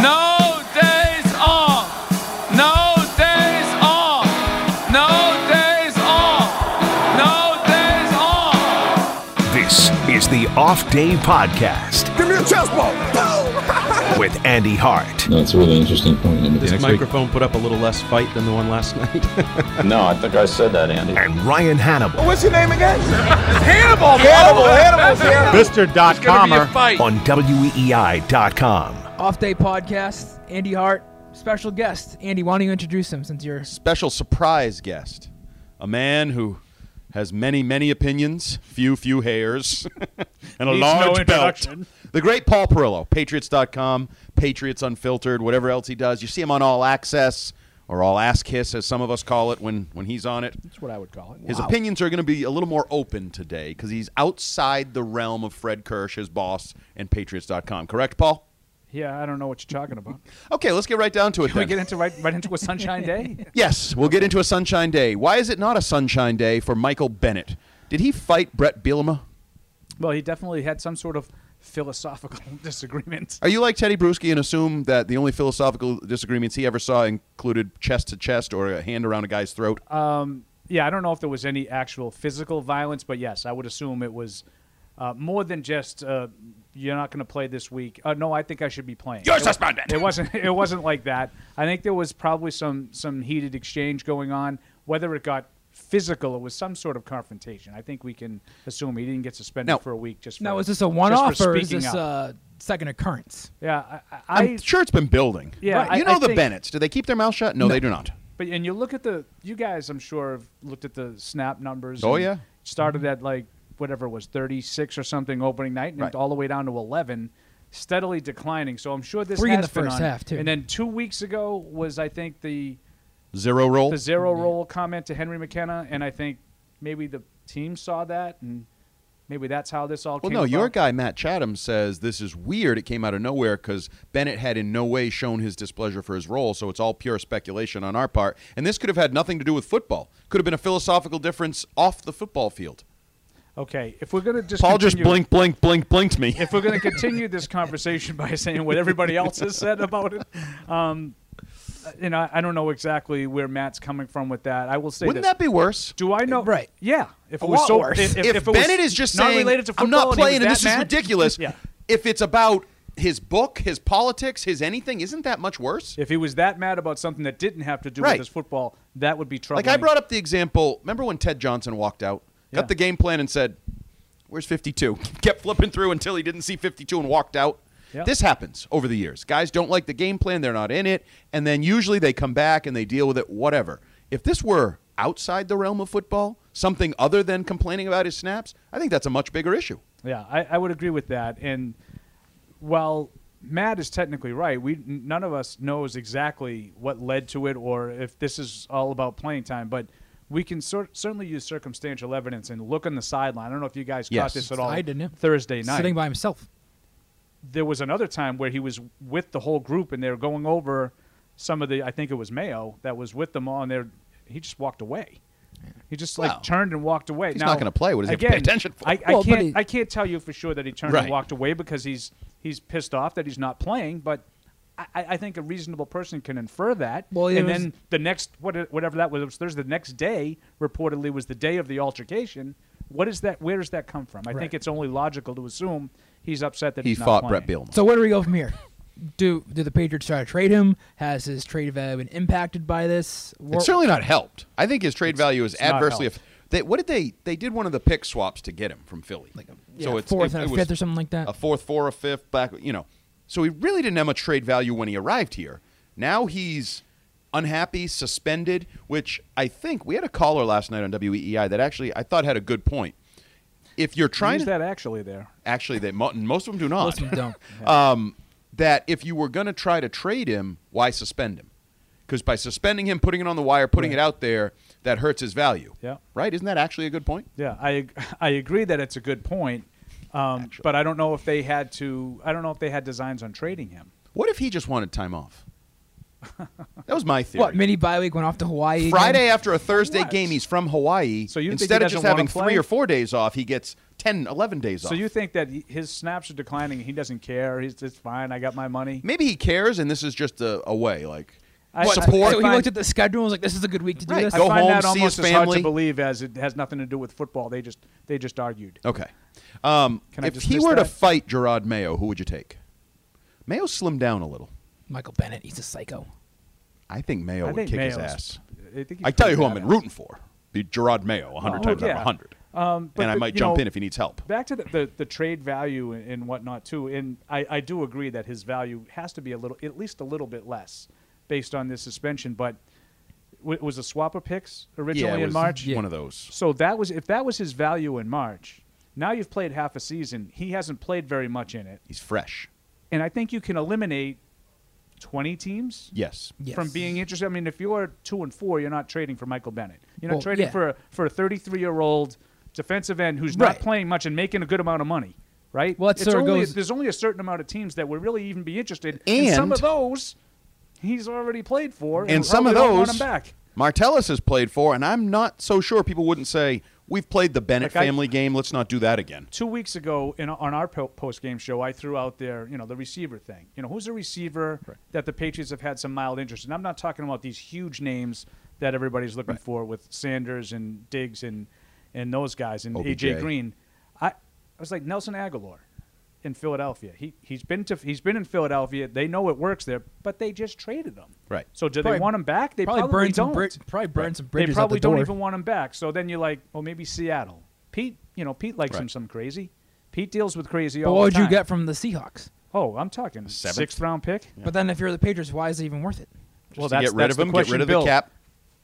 No days off. No days off. No days off. No days off. This is the Off Day Podcast Give me a chest ball. with Andy Hart. No, it's a really interesting point. I mean, This next microphone put up a little less fight than the one last night. week- No, I think I said that, Andy. And Ryan Hannibal What's your name again? Hannibal. Hannibal, Hannibal, Hannibal. Mr. Dot Commer. on E WEEI.com. Off Day Podcast, Andy Hart, special guest. Andy, why don't you introduce him since you're Special surprise guest. A man who has many, many opinions, few, few hairs, and a large belt. The great Paul Perillo, Patriots.com, Patriots Unfiltered, whatever else he does. You see him on All Access or All Ass Kiss, as some of us call it when, when he's on it. what I would call it. His opinions are going to be a little more open today because he's outside the realm of Fred Kirsch, his boss, and Patriots.com. Correct, Paul? Yeah, I don't know what you're talking about. Okay, let's get right down to it Can we then. get into right, right into a sunshine day? yes, we'll get into a sunshine day. Why is it not a sunshine day for Michael Bennett? Did he fight Brett Bielema? well, he definitely had some sort of philosophical disagreement. Are you like Teddy Bruschi and assume that the only philosophical disagreements he ever saw included chest to chest or a hand around a guy's throat? Yeah, I don't know if there was any actual physical violence, but yes, I would assume it was uh, more than just uh, you're not going to play this week. Uh, no, I think I should be playing. You're suspended. It wasn't. It wasn't like that. I think there was probably some some heated exchange going on. Whether it got physical, it was some sort of confrontation. I think we can assume he didn't get suspended Now- for a week. Just for, Now, is this just for a one off or is speaking this up. a second occurrence? Yeah, I, I, I'm I- sure it's been building. Yeah, Right. you I- know I the think- Bennetts. Do they keep their mouth shut? No, they do not. But and you look at the you guys, I'm sure have looked at the snap numbers. Oh, and yeah. started at like whatever it was 36 or something opening night, and Right. all the way down to 11, steadily declining. So I'm sure this Three in has the been first on. half, too. And then two weeks ago was I think the Zero roll. the zero roll comment to Henry McKenna, and I think maybe the team saw that, and maybe that's how this all Well, came. no, your about. guy Matt Chatham says this is weird. It came out of nowhere because Bennett had in no way shown his displeasure for his role, so it's all pure speculation on our part. And this could have had nothing to do with football. Could have been a philosophical difference off the football field. Okay, if we're gonna just Paul just continue- blink, blink, blink, blinked me. if we're going to continue this conversation by saying what everybody else has said about it, um, you know, I don't know exactly where Matt's coming from with that. I will say Wouldn't this. that be worse? Do I know? Right. Yeah. If A it was lot so, worse. If, If, it was Bennett is just not saying, related to "I'm football not and he was playing, and, that this mad, is ridiculous," Yeah. if it's about his book, his politics, his anything, isn't that much worse? If he was that mad about something that didn't have to do Right. with his football, that would be troubling. Like I brought up the example. Remember when Ted Johnson walked out, Yeah. got the game plan, and said, "Where's 52?" Kept flipping through until he didn't see 52 and walked out. Yeah. This happens over the years. Guys don't like the game plan; they're not in it, and then usually they come back and they deal with it. Whatever. If this were outside the realm of football, something other than complaining about his snaps, I think that's a much bigger issue. Yeah, I, I would agree with that. And while Matt is technically right, we n- none of us knows exactly what led to it or if this is all about playing time, but we can cer- certainly use circumstantial evidence and look on the sideline. I don't know if you guys Yes. caught this at all. I didn't, yeah. Thursday night Sitting by himself. there was another time where he was with the whole group and they were going over some of the I think it was Mayo that was with them all and there he just walked away. He just like Well, turned and walked away. he's Now, not gonna play. What does he have to pay again, attention for? I, I Well, but can't. he- I can't tell you for sure that he turned Right. and walked away because he's he's pissed off that he's not playing. But I, I I think a reasonable person can infer that. Well, it and was- then the next what, whatever that was, it was Thursday. The next day reportedly was the day of the altercation. What is that? Where does that come from? I think it's only logical to assume he's upset that He he's not fought playing. Brett Bielema. So, where do we go from here? do do the Patriots try to trade him? Has his trade value been impacted by this? Wor- It's certainly not helped. I think his trade value is not adversely. helped. Aff- they, what did they? They did one of the pick swaps to get him from Philly. yeah, fourth and a was fifth or something like that. A fourth, four, a fifth, back. You know, so he really didn't have much trade value when he arrived here. Now he's unhappy, suspended. Which I think we had a caller last night on WEEI that actually I thought had a good point. If you're trying Use to that actually there. actually, they mo- most of them do not. Most of them don't. that if you were going to try to trade him, why suspend him? Because by suspending him, putting it on the wire, putting it out there, that hurts his value. Yeah. Right? Isn't that actually a good point? Yeah, I ag- I agree that it's a good point, um, but I don't know if they had to. I don't know if they had designs on trading him. What if he just wanted time off? that was my theory. What mini bye week went off to Hawaii? again? Friday after a Thursday What? game, he's from Hawaii. So you think he instead of just doesn't wanna having play? three or four days off, he gets 10, 11 days off. So you think that he- his snaps are declining? and He doesn't care. He's it's fine. I got my money. Maybe he cares, and this is just a, a way, like I- I- support. So he Fine. looked at the schedule and was like, "This is a good week to do Right, this." I Go find home, that see almost his as hard to family. believe as it has nothing to do with football. They just they just argued. Okay. Um, Can I if just he miss were to that? fight Gerard Mayo, who would you take? Mayo slimmed down a little. Michael Bennett, he's a psycho. I think Mayo I would think kick his Mayo's- ass. I, think he's I tell pretty you who I'm badass. been rooting for. Be Gerard Mayo 100 Oh, times out yeah. of 100. Um, but and I the- might you jump know, in if he needs help. Back to the, the, the trade value and, and whatnot too, and I, I do agree that his value has to be a little, at least a little bit less, based on this suspension. But w- was a swap of picks originally in March? one of those. So that was if that was his value in March. Now you've played half a season. He hasn't played very much in it, He's fresh. and I think you can eliminate twenty teams Yes. Yes. from being interested. I mean, if you're two and four, you're not trading for Michael Bennett. You're not Well, trading yeah. for a, for a 33 year old defensive end who's Right. not playing much and making a good amount of money, right? Well, that it's sort of only, goes- there's only a certain amount of teams that would really even be interested. And, some of And- those, he's already played for, and, And some of probably don't want those, him back. Martellus has played for, and I'm not so sure people wouldn't say, we've played the Bennett Like I- family game. Let's not do that again. Two weeks ago, in, on our post game show, I threw out there, you know, the receiver thing. You know, who's a receiver that the Patriots have had some mild interest in? I'm not talking about these huge names that everybody's looking for with Sanders and Diggs and and those guys and AJ OBJ. Green. I, I was like Nelson Aguilar in Philadelphia. He he's been to he's been in Philadelphia. They know it works there, but they just traded him. Right. So do Probably- they want him back? They probably, probably, burned don't some bri- probably burned some they bridges. out probably the don't door. even want him back. So then you're like, well, maybe Seattle. Pete, you know, Pete likes him Right. some crazy. Pete deals with crazy But all what the would you time. get from the Seahawks? Oh, I'm talking Seventh? sixth round pick. But then, if you're the Patriots, why is it even worth it? well, To that's, get rid that's of the him, get question, rid of Bill. the cap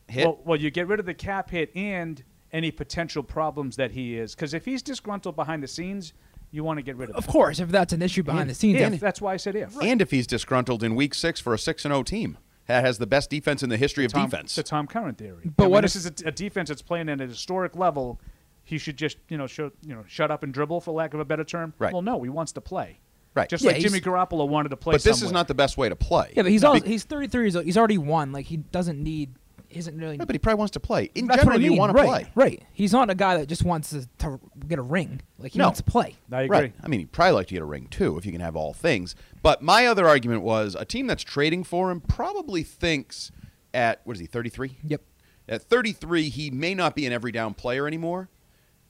hit. Well, well, you get rid of the cap hit and any potential problems that he is. Because if he's disgruntled behind the scenes, you want to get rid of. Of him. course, if that's an issue behind the scenes, If, that's- that's why I said if. And if he's disgruntled in week six for a 6 and 0 team that has the best defense in the history of Tom, defense. The Tom Curran theory. But I mean, what this if- is a, a defense that's playing at a historic level? He should just you know show, you know shut up and dribble for lack of a better term. Right. Well, no, he wants to play. Right. Just Yeah, like Jimmy Garoppolo wanted to play. but this is somewhere. not the best way to play. yeah, but he's No, all be- he's 33 years old. He's already won. Like he doesn't need. He isn't really. Yeah, but he probably wants to play. In that's general, what I mean. you want to right, play. Right. He's not a guy that just wants to, to get a ring. Like he No. wants to play. I agree. Right. I mean, he'd probably like to get a ring too if you can have all things. But my other argument was a team that's trading for him probably thinks at what is he, 33? Yep. At 33, he may not be an every down player anymore,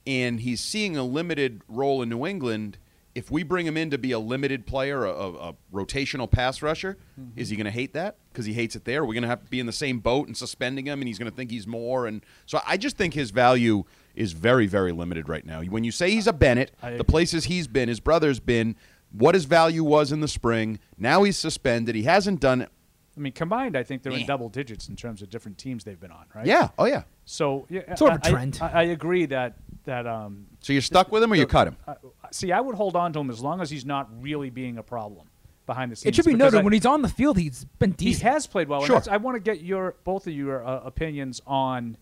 and he's seeing a limited role in New England. If we bring him in to be a limited player, a, a, a rotational pass rusher, Mm-hmm. is he going to hate that? Because he hates it there. We're going to have to be in the same boat and suspending him, and he's going to think he's more. And so I just think his value is very, very limited right now. When you say he's a Bennett, I the agree. places he's been, his brother's been, what his value was in the spring. Now he's suspended. He hasn't done it. I mean, combined, I think they're in double digits in terms of different teams they've been on. Right. Yeah. Oh, yeah. So yeah, Sort of a I- I- trend. I, I agree that that um, So you're stuck with him or you cut him? uh, see, I would hold on to him as long as he's not really being a problem behind the scenes. It should be because noted I- when he's on the field, he's been he decent. has played well. and Sure. that's- I want to get your both of your uh, opinions on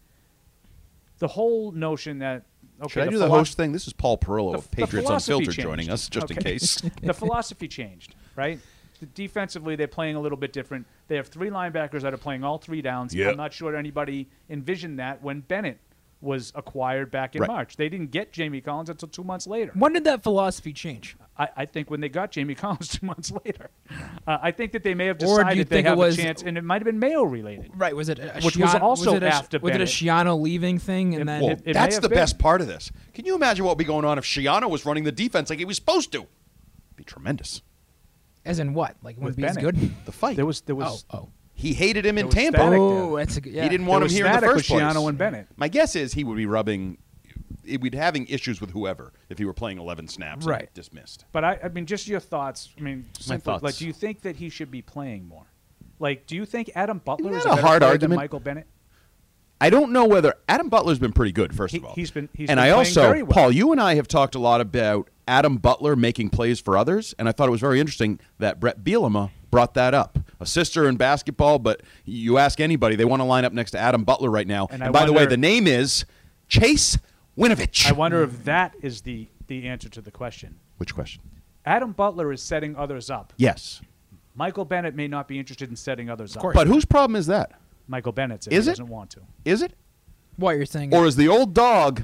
the whole notion that. Okay, Should I do the philo- host thing? This is Paul Perillo the- of the Patriots philosophy Unfiltered changed. joining us, just in Okay. case. the philosophy changed, right? The- Defensively, they're playing a little bit different. They have three linebackers that are playing all three downs. Yeah. I'm not sure anybody envisioned that when Bennett was acquired back in Right. March. They didn't get Jamie Collins until two months later. When did that philosophy change? I, I think when they got Jamie Collins two months later, uh, I think that they may have Or do you decided they think it have was- a chance, and it might have been Mayo related. Right. Was it a Which was Shiano- also was it a, after was it a Bennett. Shiano leaving thing and then Well, it- it may that's have the been. best part of this. Can you imagine what would be going on if Shiano was running the defense like he was supposed to? It'd be tremendous. As in what? Like when With B's Bennick. good? The fight. There was there was oh, oh. he hated him in was Tampa. static there. Oh, that's a good. Yeah. He didn't want There him was here in the static first with place. Shiano and Bennett. My guess is he would be rubbing. We'd be having issues with whoever if he were playing 11 snaps and Right. dismissed. But I, I mean, just your thoughts. I mean, simply, thoughts. like, do you think that he should be playing more? Like, do you think Adam Butler Isn't is that a, a better hard player argument? than Michael Bennett? I don't know whether Adam Butler's been pretty good. First He- of all, he's been- he's and been I playing also, very well. Paul, you and I have talked a lot about Adam Butler making plays for others, and I thought it was very interesting that Brett Bielema brought that up. A sister in basketball, but you ask anybody, they want to line up next to Adam Butler right now. And, And I by the way, wonder- the name is Chase Winovich. I wonder if that is the the answer to the question. Which question? Adam Butler is setting others up. Yes, Michael Bennett may not be interested in setting others up. but whose problem is that? Michael Bennett's if Is he it? doesn't want to. Is it? What you're saying? Or Or is the old dog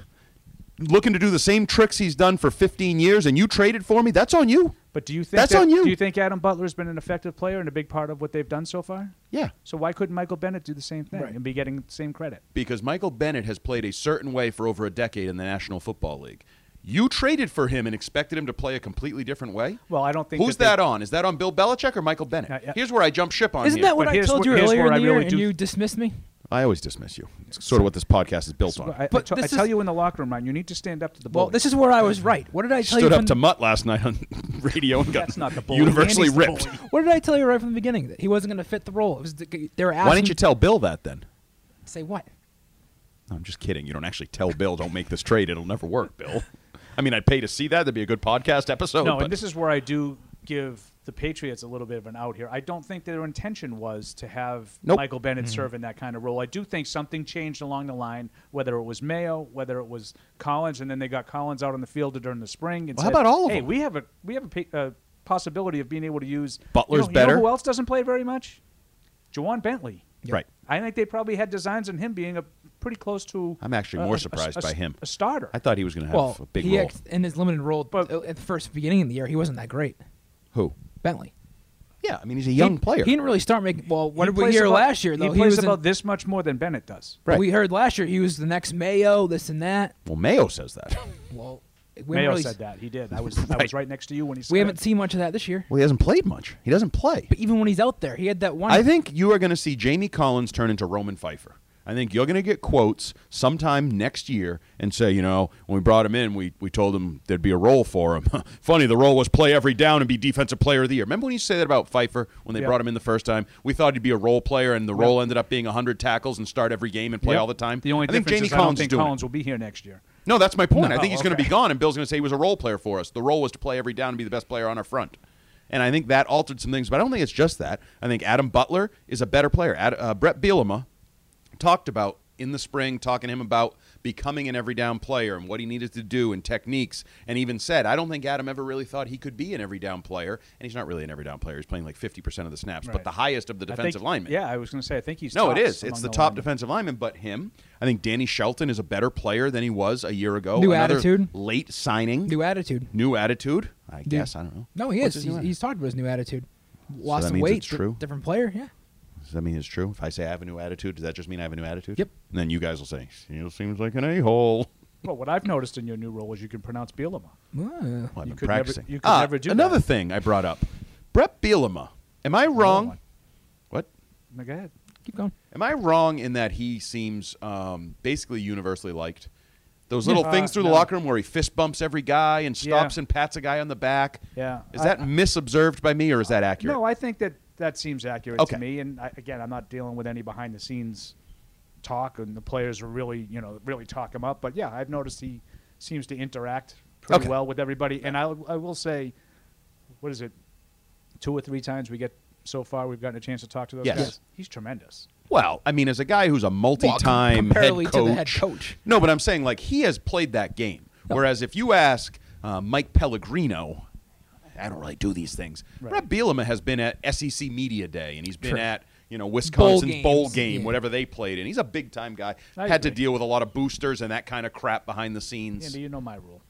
looking to do the same tricks he's done for 15 years and you traded for me? That's on you. But do you think That's that- on you. Do you think Adam Butler has been an effective player and a big part of what they've done so far? Yeah. So why couldn't Michael Bennett do the same thing and be getting the same credit? Because Michael Bennett has played a certain way for over a decade in the National Football League. You traded for him and expected him to play a completely different way? Well, I don't think Who's that that, they- on? Is that on Bill Belichick or Michael Bennett? Uh, yeah. Here's where I jump ship on isn't you. that what But I here's told wh- you here's earlier where in I the year, really and do- you dismissed me? I always dismiss you. It's sort of what this podcast is built on. I, I But to- I this tell is- you in the locker room, Ryan, you need to stand up to the Well, bully. this is where I was right. What did I tell Stood you? up from to Mutt last night on radio and got That's not the bully. universally Andy's the ripped. bully. What did I tell you right from the beginning? That he wasn't going to fit the role. It was the, they were asking. Why didn't you tell Bill that then? Say what? No, I'm just kidding. You don't actually tell Bill, don't make this trade. It'll never work, Bill. I mean, I'd pay to see that. That'd be a good podcast episode. No, but- and this is where I do give the Patriots a little bit of an out here. I don't think their intention was to have Nope. Michael Bennett serve in that kind of role. I do think something changed along the line, whether it was Mayo, whether it was Collins, and then they got Collins out on the field during the spring. And Well, how said, about all of hey, them? we have a we have a pa- uh, possibility of being able to use you know- you Butler's know better. who else doesn't play very much? Jawan Bentley. Right. I think they probably had designs on him being a pretty close to. I'm actually a- more a- a- surprised a- by him. A starter. I thought he was going to have a Well, big he role. ex- in his limited role But- uh, at the first beginning of the year, he wasn't that great. Who? Bentley. Yeah, I mean, he's a young he, player. He didn't really start making. Well, what He did we plays hear about- last year? Though He plays was in- about this much more than Bennett does. Right. We heard last year he was the next Mayo, this and that. well, Mayo says that. Well, we haven't Mayo really- said that he did. I was I was right next to you when he said. We it. haven't seen much of that this year. well, he hasn't played much. He doesn't play. But even when he's out there, he had that one. I think you are going to see Jamie Collins turn into Roman Pfeiffer. I think you're going to get quotes sometime next year and say, you know, when we brought him in, we, we told him there'd be a role for him. Funny, the role was play every down and be defensive player of the year. Remember when you say that about Pfeiffer when they Yeah. brought him in the first time? We thought he'd be a role player, and the role ended up being 100 tackles and start every game and play Yep. all the time. The only I think difference Jamie is I Collins is don't think doing it. Collins will be here next year. No, that's my point. I No, think he's going to be okay. gone, and Bill's going to say he was a role player for us. The role was to play every down and be the best player on our front. And I think that altered some things, but I don't think it's just that. I think Adam Butler is a better player. Ad, uh, Brett Bielema talked about in the spring, talking to him about becoming an every down player and what he needed to do and techniques, and even said, I don't think Adam ever really thought he could be an every down player. And he's not really an every down player. He's playing like 50% of the snaps, but Right. the highest of I the think- defensive linemen. Yeah, I was going to say I think he's. No, it tops is. It's among the, top linemen. defensive lineman, but him. I think Danny Shelton is a better player than he was a year ago. New Another attitude. Late signing. new attitude. New attitude. I guess. I don't know. No, he What's is. his new He's, attitude? he's talked about his new attitude. Lost that some means weight. it's true? different player. Yeah. Does that mean it's true? If I say I have a new attitude, does that just mean I have a new attitude? Yep. And then you guys will say, "Neil seems like an a-hole." Well, what I've noticed in your new role is you can pronounce Bielema. Wow. Well, I've You been could never- practicing. you could ah, never do that. another Oh thing I brought up. Brett Bielema. Am I wrong? one. What? Now, Go ahead. Keep going. Am I wrong in that he seems um, basically universally liked? Those little Uh, things through the no. locker room where he fist bumps every guy and stops Yeah. and pats a guy on the back. Yeah. Is that misobserved by me or is that accurate? No, I think that that seems accurate Okay. to me. And I, again, I'm not dealing with any behind the scenes talk, and the players are really, you know, really talk him up. But yeah, I've noticed he seems to interact pretty Okay. well with everybody. And I, I will say, what is it? Two or three times we get so far, we've gotten a chance to talk to those Yes. guys. He's tremendous. well, I mean, as a guy who's a multi-time Well, head comparatively coach, to the head coach. No, but I'm saying like he has played that game. Oh. Whereas if you ask uh, Mike Pellegrino, I don't really do these things. Brett Bielema has been at SEC Media Day and he's been at you know Wisconsin's Bowl bowl games, game, yeah. whatever they played in. He's a big time guy. I Had to agree. deal with a lot of boosters and that kind of crap behind the scenes. Andy, you know my rule.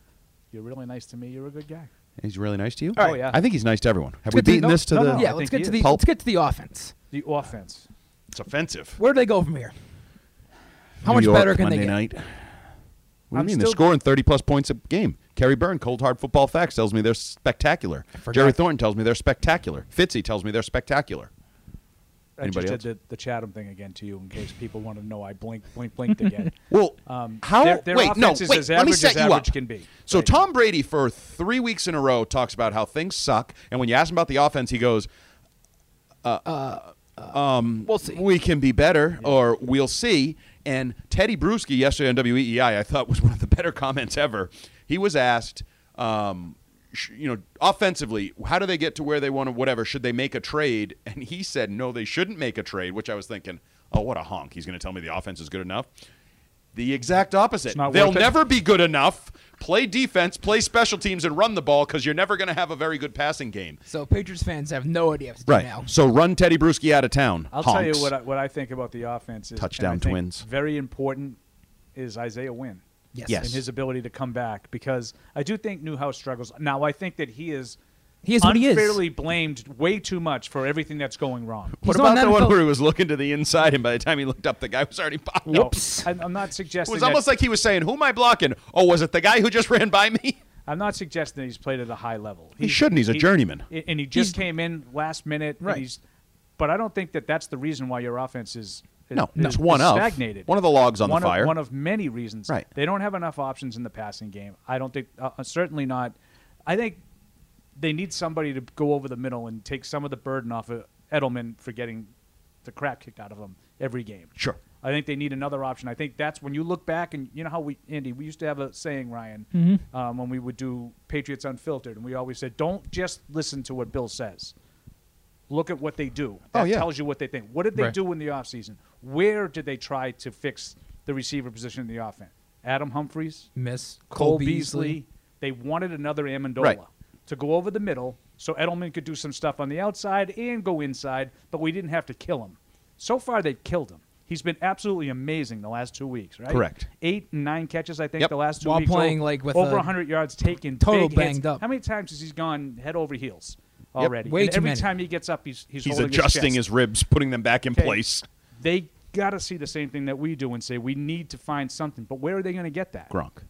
You're really nice to me. You're a good guy. He's really nice to you. Oh, yeah. I think he's nice to everyone. Have we Good to- beaten no, this to no, the? no. yeah, I think let's get he is. to the Pulp. let's get to the offense. The offense. It's offensive. Where do they go from here? How much better can they get? What do you I'm mean? They're still- scoring thirty plus points a game. Kerry Byrne, Cold Hard Football Facts, tells me they're spectacular. Jerry Thornton tells me they're spectacular. Fitzy tells me they're spectacular. I just Anybody did the, the Chatham thing again to you in case people want to know I blink, blink, blinked again. Well, Um, how? their- their wait, no, offense is wait. as let me average set as you up. average can be. So Right. Tom Brady, for three weeks in a row, talks about how things suck, and when you ask him about the offense, he goes, We'll see. "We can be better," or "We'll see." And Teddy Bruschi yesterday on WEEI, I thought was one of the better comments ever. He was asked, um, sh- you know, offensively, how do they get to where they want to? Whatever, should they make a trade? And he said, "No, they shouldn't make a trade." Which I was thinking, "Oh, what a honk! He's going to tell me the offense is good enough." The exact opposite. not They'll worth it. never be good enough. Play defense, play special teams, and run the ball because you're never going to have a very good passing game. So Patriots fans have no idea what to do now. So run Teddy Bruschi out of town. I'll tell you Honks. what I, what I think about the offense is and I Touchdown think Twins. Very important is Isaiah Wynn. Yes. Yes. And his ability to come back because I do think Newhouse struggles. Now I think that he is He is what he is. unfairly blamed way too much for everything that's going wrong. What He's about not the an one NFL where he was looking to the inside, and by the time he looked up, the guy was already popped No, up? I'm, I'm not It suggesting was that- almost like he was saying, "Who am I blocking? Oh, was it the guy who just ran by me?" I'm not suggesting that he's played at a high level. He shouldn't. He's a journeyman. and- And he just came in last minute. and Right. he's- but I don't think that that's the reason why your offense is. is- No, is- it's one is of. stagnated. One of the logs on the One of- fire. one of many reasons. Right. They don't have enough options in the passing game. I don't think. Uh, uh, certainly not. I think they need somebody to go over the middle and take some of the burden off of Edelman for getting the crap kicked out of him every game. Sure. I think they need another option. I think that's when you look back and you know how we, Andy, we used to have a saying, Ryan, um, when we would do Patriots Unfiltered, and we always said, don't just listen to what Bill says. Look at what they do. That Oh, yeah. tells you what they think. What did they Right. do in the offseason? Where did they try to fix the receiver position in the offense? Adam Humphries, Miss Cole, Beasley. They wanted another Amendola Right. to go over the middle so Edelman could do some stuff on the outside and go inside, but we didn't have to kill him. So far, they've killed him. He's been absolutely amazing the last two weeks, right? Correct. Eight, nine catches, I think, Yep. the last two While weeks. playing, o- like, with over a 100 yards taken. total big hits. banged up. How many times has he gone head over heels already? Way and too every many. time he gets up, he's he's, He's holding adjusting his, chest his ribs, putting them back in okay, place. They got to see the same thing that we do and say we need to find something. But where are they going to get that? Gronk.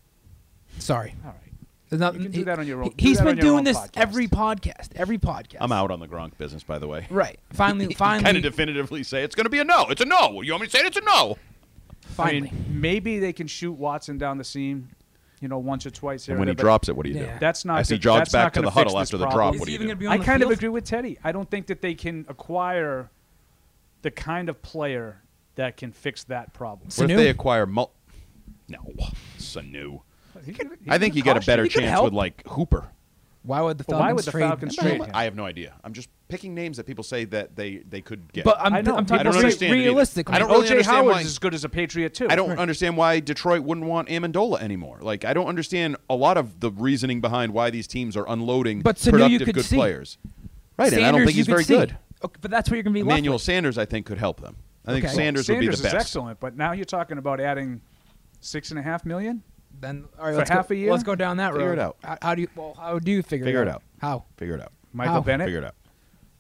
Sorry. All right. There's not- Oh, You can do that on your own- do He's that on been your own doing this podcast. every podcast. Every podcast. I'm out on the Gronk business, by the way. Right. Finally, finally, Kind of definitively say it's going to be a no. It's a no. You want me to say it? it's a no? finally. I mean, maybe they can shoot Watson down the seam, you know, once or twice. Here And when or he there, but drops it, what do you do? Yeah. that's not. As he good- jogs that's back not to gonna the huddle fix this after the problem. drop, what do you do? be I kind of field? agree with Teddy. I don't think that they can acquire the kind of player that can fix that problem. What Sanu? if they acquire mul- No, Sanu. He could- he I think could you get a cost- better he could chance help. with like Hooper. Why would the But Falcons why would the trade Falcons him? trade him? I have no idea. I'm just picking names that people say that they they could get. But um, I'm, I know. I I'm talking don't about understand it either. realistically. I don't really OJ understand Howard why- is as good as a Patriot too. I don't understand why Detroit wouldn't want Amendola anymore. Like I don't understand a lot of the reasoning behind why these teams are unloading But Sanu you productive could good see. players. Right, and I don't Sanders, think you he's could very see. good. Okay, but that's where you're going to be left Emmanuel with. Sanders, I think, could help them. I think Okay. Sanders, would be the Sanders best. is excellent, but now you're talking about adding six and a half million. Then all right, For let's half go, a year? Let's go down that road. Figure it out. How, how do you? Well, how do you figure, Figure it, it out? out. How? Figure it out. Michael How? Bennett Figure it out.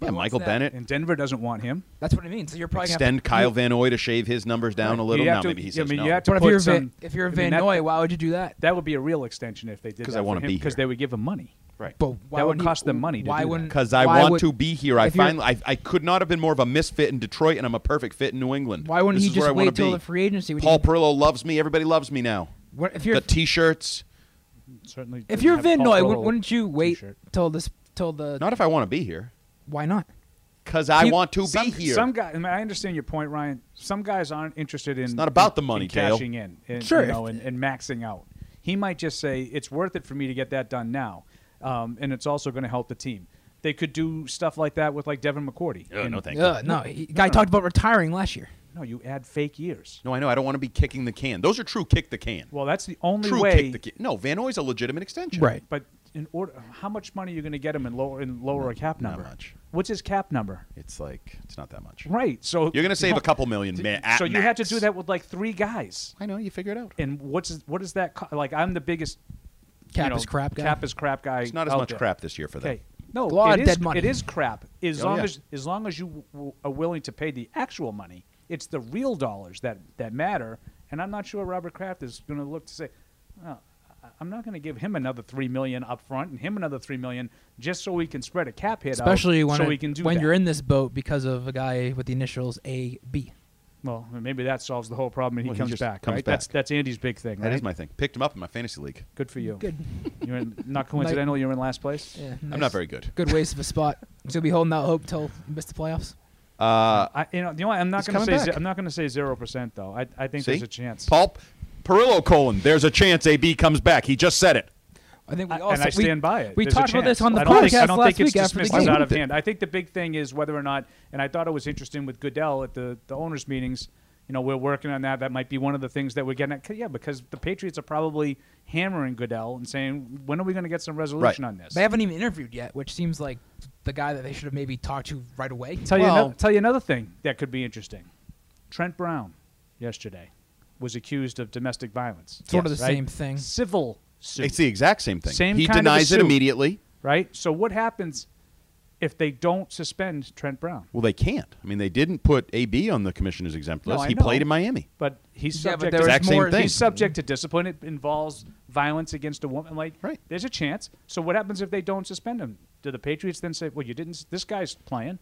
But Yeah, what's Michael that? Bennett. and Denver doesn't want him. That's what I mean. So you're probably gonna have Extend Kyle Van Noy to shave his numbers down a little. You No, have to- maybe he I says mean, no. you have to To, what if put you're some- Van, if you're I mean, Van that- Noy? Why would you do that? That would be a real extension if they did. 'Cause that I for wanna him, be here. they would give him money. Right. But why That would wouldn't he- cost them money to Why do that. wouldn't? Because I why want would- to be here. I if you're- finally, I, I could not have been more of a misfit in Detroit, and I'm a perfect fit in New England. Why wouldn't This he is where just I wanna wait till be. the free agency? Would Paul he- Perillo loves me. Everybody loves me now. what- if you're The T-shirts. Certainly. if didn't you're have Van Paul Noy, Pearl wouldn't- wouldn't you wait t-shirt. till this till the? Not if I want to be here, Why not? because I You- want to some, be here. Some guy, I, mean, I understand your point, Ryan. Some guys aren't interested in. It's not about the money, in Dale. cashing in, and, Sure. you know, and, and maxing out. He might just say it's worth it for me to get that done now, um, and it's also going to help the team. They could do stuff like that with like Devin McCourty. Ugh, And- Oh, no, thank Uh, you. no, he, guy talked about retiring last year. No, you add fake years. No, I know. I don't want to be kicking the can. Those are true kick the can. Well, that's the only true way. kick the can. No, Van Noy's a legitimate extension. But in order, how much money are you going to get him in lower in lower a cap not number? much. What's his cap number? It's like it's not that much. Right. So You're gonna save a couple million, So- man. So you had to do that with like three guys. I know. You figure it out. And what's what is that co- like? I'm the biggest you Cap know, is crap guy. Cap is crap guy. It's not as out much there. crap this year for them. Okay. No, A lot it of is- dead money. It is crap. As Oh, long yeah. as as long as you w- w- are willing to pay the actual money, it's the real dollars that that matter. And I'm not sure Robert Kraft is going to look to say, oh, I- I'm not going to give him another three million up front and him another three million just so we can spread a cap hit. out, Especially when so it- we can do when that. you're in this boat because of a guy with the initials A B. Well, maybe that solves the whole problem, and he Well, he comes just back. comes right? back. That's that's Andy's big thing. That right? is my thing. Picked him up in my fantasy league. Good for you. Good. You're in, not coincidental. You're in last place. Yeah, I'm nice. not very good. Good waste of a spot. So you'll be holding out hope till you miss the playoffs. Uh, I, you know, you know what? I'm not He's going to coming say ze- back. I'm not going to say zero percent though. I, I think see, there's a chance. Paul Perillo colon. There's a chance AB comes back. He just said it. I think we I- all and I said- we- stand by it. We There's a talked about this chance. on the I don't podcast think, I don't last think week it's after the dismissed game. as out of hand. I think the big thing is whether or not, and I thought it was interesting with Goodell at the, the owners' meetings. You know, we're working on that. That might be one of the things that we're getting at. 'Cause- Yeah, because the Patriots are probably hammering Goodell and saying, when are we going to get some resolution on this? They haven't even interviewed yet, which seems like the guy that they should have maybe talked to right away. Tell you, Well- ano- tell you another thing that could be interesting. Trent Brown, yesterday, was accused of domestic violence. Sort of the right? same thing. Civil suit. It's the exact same thing. Same he kind of a denies it suit. immediately. right? So what happens if they don't suspend Trent Brown? Well, they can't. I mean, they didn't put AB on the commissioner's exempt No, list. I he know. played in Miami. But he's Yeah, subject but there to Exact was same more. thing. he's subject to discipline. It involves violence against a woman. Like Right. there's a chance. So what happens if they don't suspend him? Do the Patriots then say, "Well, you didn't. s- This guy's playing."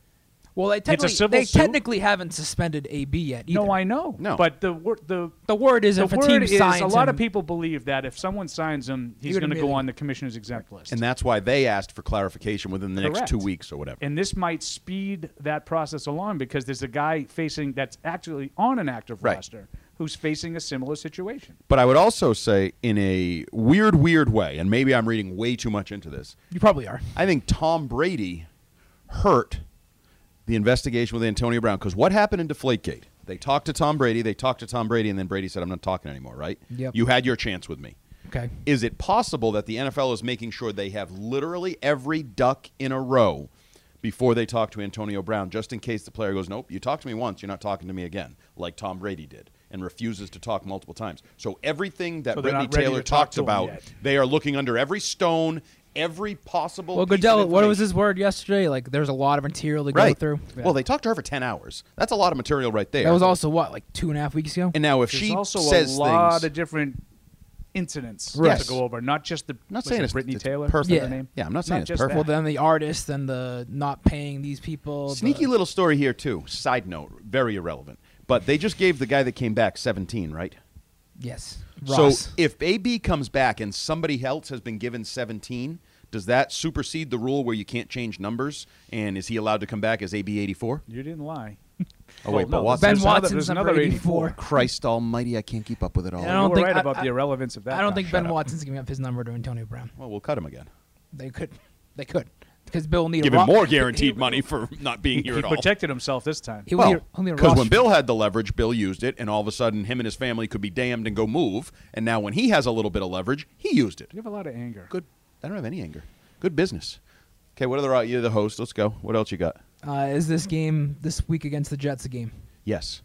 Well, they a technically, civil they suit. technically haven't suspended AB yet. Either. No, I know. No. But the wor- the The word is the if a word team is signs a lot him- of people believe that if someone signs him, he's would going to go immediately- on the commissioner's exempt list. And that's why they asked for clarification within the Correct. next two weeks or whatever. And this might speed that process along because there's a guy facing that's actually on an active Right. roster who's facing a similar situation. but I would also say, in a weird, weird way, and maybe I'm reading way too much into this, You probably are. I think Tom Brady hurt the investigation with Antonio Brown because what happened in Deflategate? They talked to Tom Brady, they talked to Tom Brady, and then Brady said, I'm not talking anymore, right? Yep. You had your chance with me. Okay. Is it possible that the NFL is making sure they have literally every duck in a row before they talk to Antonio Brown, just in case the player goes, Nope, you talked to me once, you're not talking to me again, like Tom Brady did, and refuses to talk multiple times. So everything that So they're Brittany not ready Taylor to talk talked to him about, yet. they are looking under every stone, every possible. Well, piece of Goodell, what was information. his word yesterday? Like, there's a lot of material to Right. go through. Well, they talked to her for 10 hours. That's a lot of material right there. That was also what, like two and a half weeks ago. And now if There's she also says a lot things, of different incidents Right. to go over, not just the. I'm not was saying it it's- Brittany it's Taylor. perfect. Is that her Yeah. name? Yeah, I'm not saying it's just perfect. well, that. then the artist and the not paying these people. the- Sneaky little story here too. Side note, very irrelevant. But they just gave the guy that came back 17, right? yes. Ross. So if AB comes back and somebody else has been given 17, does that supersede the rule where you can't change numbers? And is he allowed to come back as AB 84? you didn't lie. Oh wait, Well, but no, Watson. Ben there's another- Watson's there's number another 84. Christ Almighty, I can't keep up with it all. I don't you were think- right I- about I- the irrelevance of that. I don't guy. think Shut Ben up. Watson's giving up his number to Antonio Brown. Well, we'll cut him again. They could. They could. Because Bill will need Give a him Ross- more guaranteed money for not being here He at all. protected himself this time. He will Well, need, he'll need a because Ross- when Bill had the leverage, Bill used it, and all of a sudden, him and his family could be damned and go move. And now, when he has a little bit of leverage, he used it. you have a lot of anger. Good. I don't have any anger. Good business. Okay, what other? You're the host. Let's go. What else you got? uh, is this game this week against the Jets a game? Yes.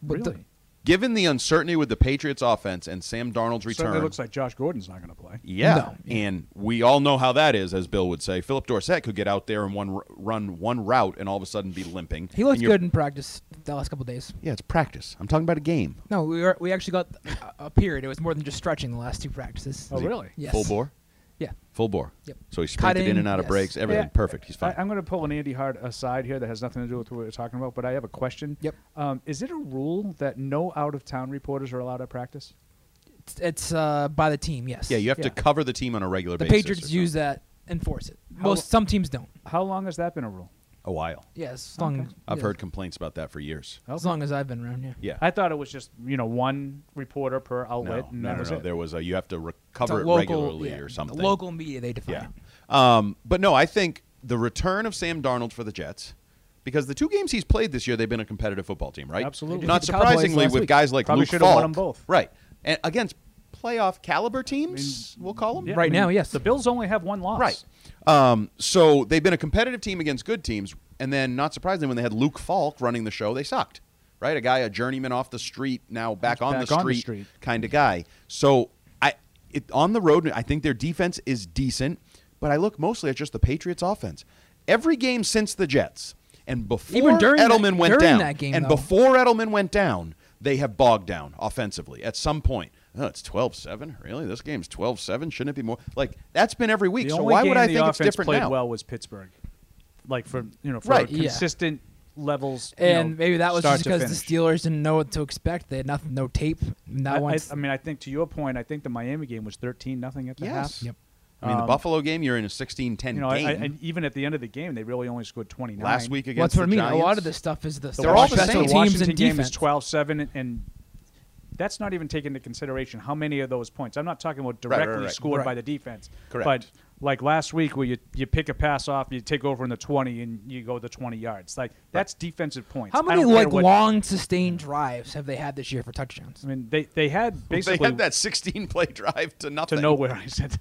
But the- Really? Given the uncertainty with the Patriots' offense and Sam Darnold's return, Certainly looks like Josh Gordon's not going to play. yeah, and we all know how that is, as Bill would say. Philip Dorsett could get out there and one r- run one route, and all of a sudden be limping. he looked And you're- good in practice the last couple days. Yeah, it's practice. I'm talking about a game. No, we were, we actually got a, a period. It was more than just stretching the last two practices. Oh, really? Yes. Full bore. Yeah. Full bore. Yep. So he Cut sprinted in, in, and out of yes. breaks. Everything Yeah. perfect. He's fine. I, am going to pull an Andy Hart aside here that has nothing to do with what we're talking about, but I have a question. Yep. Um, is it a rule that no out of town reporters are allowed to practice? It's, it's uh, by the team. Yes. yeah, you have yeah. to cover the team on a regular The basis. Patriots or use that, enforce it. How- Most some teams don't. How long has that been a rule? something. a while. Yes. As long, I've yeah, heard complaints about that for years. As long as I've been around, yeah. Yeah. I thought it was just you know one reporter per no, outlet, and no, that no, was no. it. There was a you have to It's a recover it regularly yeah, or the something. Local media they define. Yeah. it. Um, but no, I think the return of Sam Darnold for the Jets, because the two games he's played this year, they've been a competitive football team, right? Absolutely. Not They beat the Cowboys surprisingly, last with week. guys like Probably Luke should have won Falk, 'em both. right? And against playoff caliber teams, we'll call them. Yeah, Right now, yes. The Bills only have one loss. Right. Um, so they've been a competitive team against good teams, and then not surprisingly, when they had Luke Falk running the show, they sucked. Right, a guy, a journeyman off the street, now back, on, back the on the street street. kind of guy. So I, it, on the road, I think their defense is decent, but I look mostly at just the Patriots' offense. Every game since the Jets and before Even during that- Edelman went during down, that game, and though. before before Edelman went down, they have bogged down offensively at some point. oh, it's 12-7? Really? This game's 12-7? Shouldn't it be more? Like, that's been every week. The so only why game would I the think offense it's different played now? well was Pittsburgh, like for you know for Right, yeah. consistent levels. you And know, maybe that was start just to because the finish. Steelers didn't know what to expect. They had nothing, no tape. I, Now I, once I mean, I think to your point, I think the Miami game was thirteen nothing at the Yes. half. Yep. I mean, the Um, Buffalo game, you're in a 16-10 You know, I, game. I, and even at the end of the game, they really only scored twenty nine Last week What's against what I the mean? Giants. A lot of this stuff is the They're all the special same. teams Washington and game defense. is 12-7, and, and that's not even taking into consideration how many of those points. I'm not talking about right, directly right. scored by Right. the defense. Correct. But like last week, where you, you pick a pass off, you take over in the 20, and you go the 20 yards. Like that's defensive points. How I many don't care like what- long sustained drives have they had this year for touchdowns? I mean, they they had basically they had that 16 play drive to nothing. to nowhere. I said.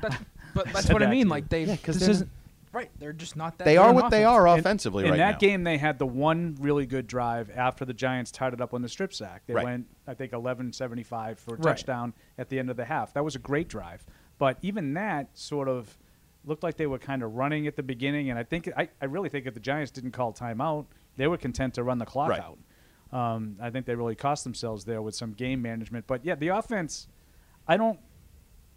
But, but that's said what I that mean. too. Like they, Yeah, 'cause this they're- isn't right. They're just not that. They good are on what they offense. are In- offensively in, right that now. game they had the one really good drive after the giants tied it up on the strip sack they Right. went i think 1175 for a Right. touchdown at the end of the half that was a great drive but even that sort of looked like they were kind of running at the beginning and i think i, I really think if the giants didn't call timeout they were content to run the clock Right. out um, i think they really cost themselves there with some game management but yeah the offense i don't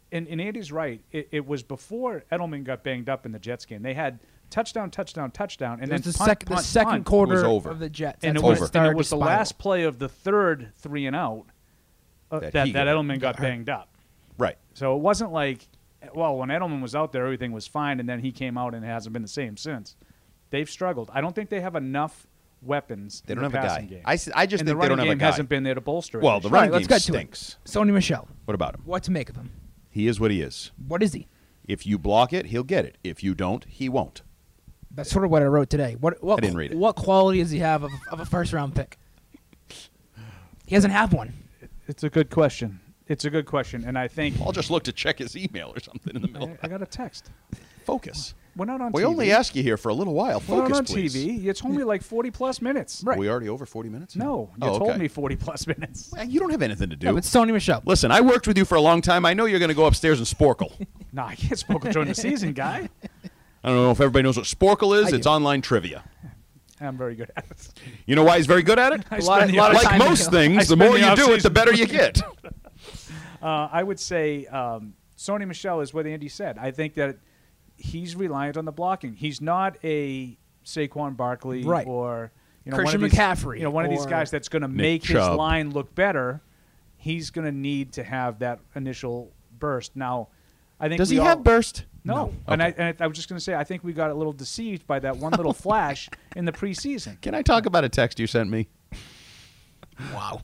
and, and Andy's right. It, it was before Edelman got banged up in the Jets game. They had touchdown, touchdown, touchdown, and It was then the, punt, sec- the punt, second punt. quarter was over. of the Jets. and it That's when was, when it and started it to was the spiral. last play of the third three and out uh, That that he that, got- Edelman got banged up. Right. So it wasn't like, well, when Edelman was out there, everything was fine, and then he came out and it hasn't been the same since. They've struggled. I don't think they have enough weapons. They in don't the have a guy. passing Game. I s- I just and think the they running don't have a game guy. hasn't been there to bolster it. Well, this the year. run Right, let's game get to stinks. it. Sony Michelle. What about him? What to make of him? He is what he is. What is he? If you block it, he'll get it. If you don't, he won't. That's sort of what I wrote today. What, what I didn't read it. What quality does he have of, of a first round pick? He doesn't have one. It's a good question. It's a good question, and I think I'll just look to check his email or something in the middle. I, I got a text. Focus. We're not on. We TV. only ask you here for a little while. We're Focus, not on please. TV. It's only like forty plus minutes. Are we already over 40 minutes? No, you Oh, told okay. me forty plus minutes. Eh, You don't have anything to do. No, it's Sony Michelle. Listen, I worked with you for a long time. I know you're going to go upstairs and sporkle. No, I can't spoke during the season, guy. I don't know if everybody knows what sporkle is. I It's do. online trivia. I'm very good at it. You know why he's very good at it? I spend the like off-season- most I things, the spend more the you do it, the off-season- better you get. Uh, I would say um, Sony Michelle is what Andy said. I think that he's reliant on the blocking. He's not a Saquon Barkley Right. or you know, Christian one of these, McCaffrey You know, one of these or guys that's going to Nick make his Chubb. line look better. He's going to need to have that initial burst. Now, I think Does we he all- have burst? No, and, I, and I was just going to say, I think we got a little deceived by that one little flash in the preseason. Can I talk about a text you sent me? Wow.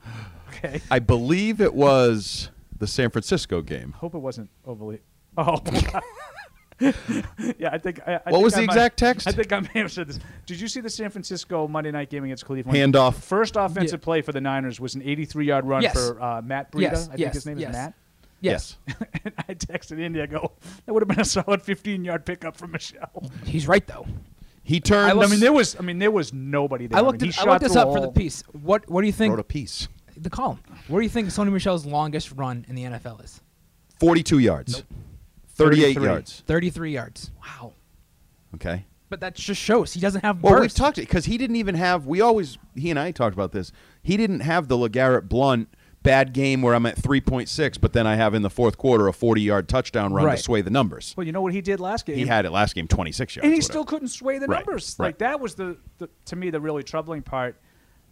Okay, I believe it was the San Francisco game. hope it wasn't overly. Oh, yeah, I think. I, I What think was I the might- exact text? I think I may have said this. Did you see the San Francisco Monday night game against Cleveland? Handoff. First offensive play for the Niners was an 83-yard run Yes. for uh, Matt Breida. Yes, I think yes, his name yes. is Matt. Yes. And I texted Indy. I go, that would have been a solid 15-yard pickup from Michelle. He's right though. He turned. I mean, there was. I mean, there was nobody there. I mean, looked, he it, I shot looked this through a up for the hole. piece. What What do you wrote a think? piece. The column. What do you think Sony Michelle's longest run in the NFL is? 42 yards. 38 33. yards. 33 yards. Wow. Okay. But that just shows he doesn't have Well, burst. we've talked because he didn't even have. We always he and I talked about this. He didn't have the Legarrette Blunt bad game where I'm at 3.6, but then I have in the fourth quarter a 40 yard touchdown run Right. to sway the numbers. Well, you know what he did last game. He had it last game 26 yards. and he whatever. still couldn't sway the Right, numbers. right. Like that was the, the to me the really troubling part.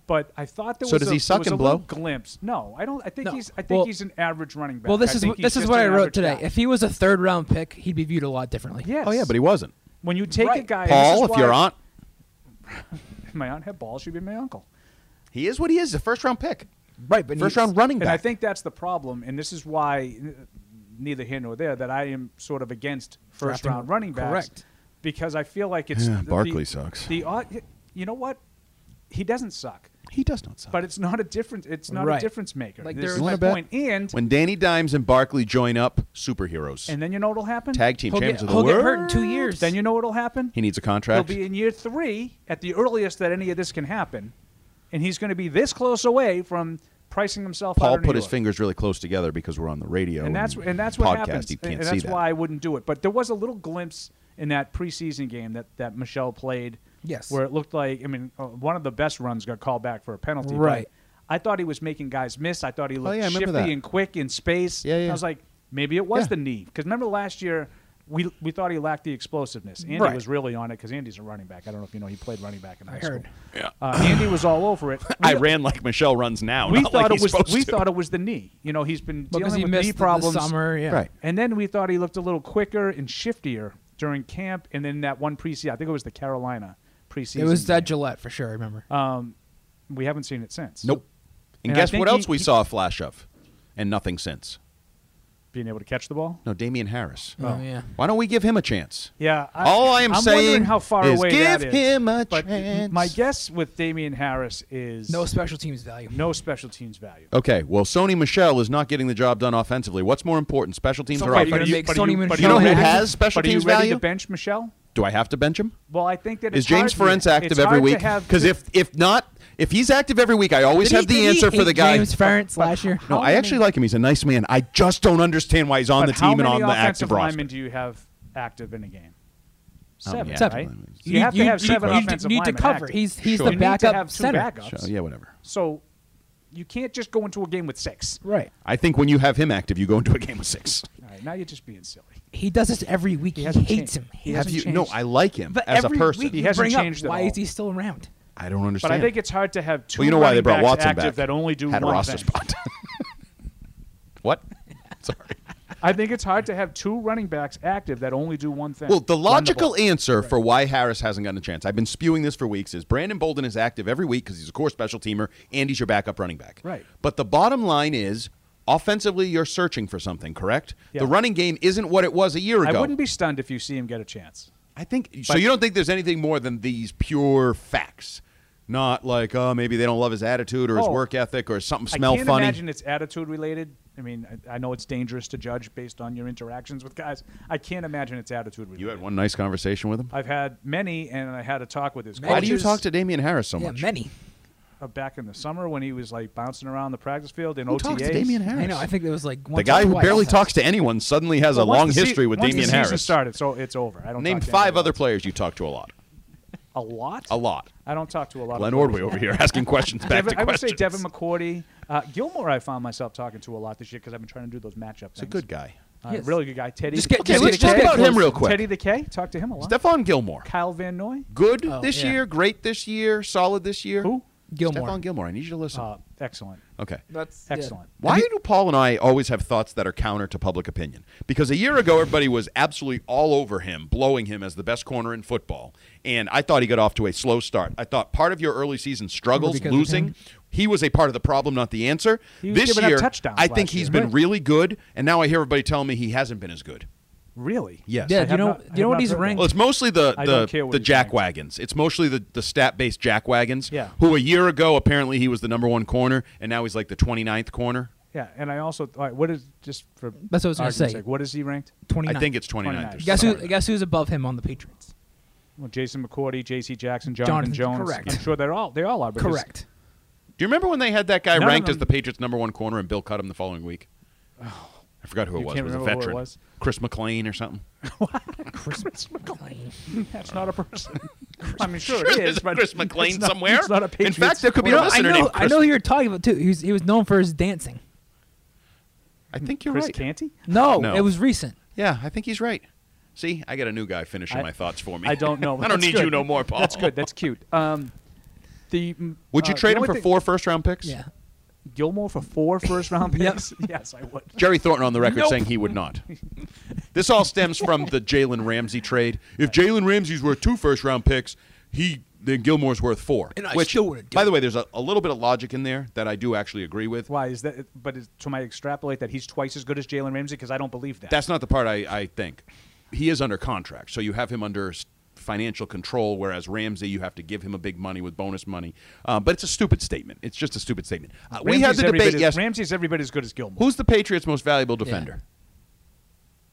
But I thought there So was does a, he there suck was and a blow? little glimpse. No, I don't. I think No. he's. I think Well- he's an average running back. well, this I is think what this he's is just what I an wrote average today. guy. If he was a third round pick, he'd be viewed a lot differently. yes. Oh yeah, but he wasn't. when you take a Right. guy, and Paul, this is if your why- aunt, my aunt had balls, she'd be my uncle. he is what he is. A first round pick. Right, but First he's- round running back. And I think that's the problem, and this is why uh, neither here nor there that I am sort of against first Drafting- round running backs. correct. Because I feel like it's Yeah, the- Barkley the, sucks. The odd- you know what? He doesn't suck. he does not suck. But it's not a difference. It's not Right. a difference maker. Like Like, this there is is- my Wanna bet? point. And when Danny Dimes and Barkley join up, superheroes. and then you know what'll happen. Tag team He'll champions get- of the he'll world. get hurt in two years. Then you know what'll happen. He needs a He'll contract. be in year three at the earliest that any of this can happen, and he's going to be this close away from pricing himself out. Paul of put New his York. fingers really close together because we're on the radio. and that's and that's what podcast, happens. You can't and see that's that. why I wouldn't do it. But there was a little glimpse in that preseason game that that Michelle played. Yes. where it looked like I mean uh, one of the best runs got called back for a penalty. but Right. I thought he was making guys miss. I thought he looked Oh, yeah, I remember shifty that. and quick in space. Yeah, yeah. I was like, maybe it was Yeah. the knee. Because remember last year, we we thought he lacked the explosiveness. Andy Right. was really on it because Andy's a running back. I don't know if you know, he played running back in high heard. school. Uh, Andy was all over it. I ran like Michelle runs now. We Oh, not thought like it he's was supposed we to. thought it was the knee. You know, he's been because dealing he with missed knee the- problems. the summer. Yeah. Right. And then we thought he looked a little quicker and shiftier during camp. And then that one preseason, I think it was the Carolina preseason. It was that game. Gillette for sure. I remember. we haven't seen it since. Nope. And, And I guess think what else he- we he- saw a flash of, and nothing since. Being able to catch the ball. No, Damian Harris. oh yeah. Why don't we give him a chance? Yeah. I, All I am I'm saying wondering how far is away give that is. him a but chance. My guess with Damian Harris is No special teams value. no special teams value. Okay, well, Sony Michelle is not getting the job done offensively. What's more important, special teams So or wait, offense? gonna make but Sony you, but Michel You know who ready- has special but are you teams ready to value? bench Michelle? Do I have to bench him? Well, I think that Is it's James hard, Ferentz yeah, active it's hard every to week? have Because two- if if not, if he's active every week, I always have the answer for the guy. James Ferentz last year. no, I actually like him. He's a nice man. I just don't understand why he's on but the how team and on many the offensive active roster. linemen do you have active in a game? Oh, Seven, yeah. Seven. right? Seven. You, have to have seven you, offensive need linemen to cover. active. He's he's Sure. You the need to backup have two center. backups. So, yeah, whatever. So you can't just go into a game with six. Right. I think when you have him active, you go into a game of six. All right, now you're just being silly. He does this every week. He, hasn't hates changed. him. He He hasn't hasn't You- changed. no, I like him But as a every person. week He you hasn't bring up, changed at Why all. is he still around? I don't understand. But I think it's hard to have two well, you know why they running brought backs Watson active back. that only do had a one roster thing. spot. what? Sorry. I think it's hard to have two running backs active that only do one thing. Well, the Run ball. logical answer for why Harris hasn't gotten a chance, I've been spewing this for weeks, is Brandon Bolden is active every week because he's a core special teamer and he's your backup running back. Right. But the bottom line is, offensively, you're searching for something, correct? Yeah. The running game isn't what it was a year ago. I wouldn't be stunned if you see him get a chance. I think so. You don't think there's anything more than these pure facts, not like oh maybe they don't love his attitude or his Oh. work ethic or something smell I can't funny. imagine it's attitude related. I mean, I, I know it's dangerous to judge based on your interactions with guys. I can't imagine it's attitude related. you had one nice conversation with him. I've had many, and I had a talk with his Many? Why do you coaches, talk to Damian Harris so Yeah, much? many. uh, back in the summer when he was like bouncing around the practice field in Who OTAs. talks to Damian Harris? I know. I think there was like the guy who barely talks to anyone suddenly has a long Once the se- history with once the Damian season Harris. started, so it's over. I don't Name talk to five anybody other else. players you talk to a lot. A lot. A lot. I don't talk to a lot. Glenn of players. Ordway over here asking questions back Devin- to I would questions. say Devin McCourty, uh, Gilmore. I found myself talking to a lot this year because I've been trying to do those matchup. He's a good guy. uh, He is. really good guy. Teddy. Just get- Okay, Teddy let's the talk K. about him real Teddy quick. the K. Talk to him a lot. Stephon Gilmore. Kyle Van Noy, Good Oh, this yeah. year, great this year, solid this year. who? Gilmore. Stephon Gilmore. I need you to listen. Uh, excellent, okay. That's excellent. Why do Paul and I always have thoughts that are counter to public opinion? Because a year ago, everybody was absolutely all over him, blowing him as the best corner in football. And I thought he got off to a slow start. I thought part of your early season struggles, Because of losing, him. he was a part of the problem, not the answer. He was this giving up year, touchdowns I think last he's year. been Right. really good. And now I hear everybody telling me he hasn't been as good. Really? Yes. Yeah, I you have know- not- I you have know what not he's heard that. ranked? Well, it's mostly the I don't care the, what the he's jack saying. wagons. It's mostly the, the stat based jack wagons. Yeah. Who a year ago apparently he was the number one corner, and now he's like the 29th corner. Yeah, and I also all right, what is just for That's what I was gonna argument's say. sake, what is he ranked? Twenty nine. I think it's 29th. or 29th. something Guess who? like that. Guess who's above him on the Patriots? Well, Jason McCourty, J.C. Jackson, Jonathan, Jonathan, Jones. correct. I'm sure they're all they all are. because- Correct. Do you remember when they had that guy None of ranked as them- Oh, the Patriots' number one corner and Bill cut him the following week? I forgot who it You was. can't it was a remember who it veteran. was? Chris McLean or something. Christmas McLean. That's not a person. I mean, sure, it There's is, a but Chris it's McLean not- somewhere. It's not a In Patriots. fact, there could be You a know, I listener know. named I Chris. know who you're talking about too. He was he was known for his dancing. I think you're Chris right. Canty. No, No. it was recent. Yeah, I think he's right. See, I got a new guy finishing I- my thoughts for me. I don't know. I don't That's need you good. no more, Paul. That's good. That's cute. Um, the mm, Would you uh, trade the him only for thing- four first round picks? Yeah. Gilmore for four first round Yep. picks? yes, I would. Jerry Thornton on the record Nope. saying he would not. this all stems from the Jalen Ramsey trade. If Jalen Ramsey's worth two first round picks, he then Gilmore's worth four. And I which, still wouldn't do by the it. way, there's a, a little bit of logic in there that I do actually agree with. Why is that? But is, to my extrapolate that he's twice as good as Jalen Ramsey because I don't believe that. That's not the part I, I think. He is under contract, so you have him under s- financial control, whereas Ramsey, you have to give him a big money with bonus money. Uh, but it's a stupid statement. It's just a stupid statement. Uh, we had Ramsey's the every bit debate as- yes. Ramsey's every bit as good as Gilmore. Who's the Patriots' most valuable defender?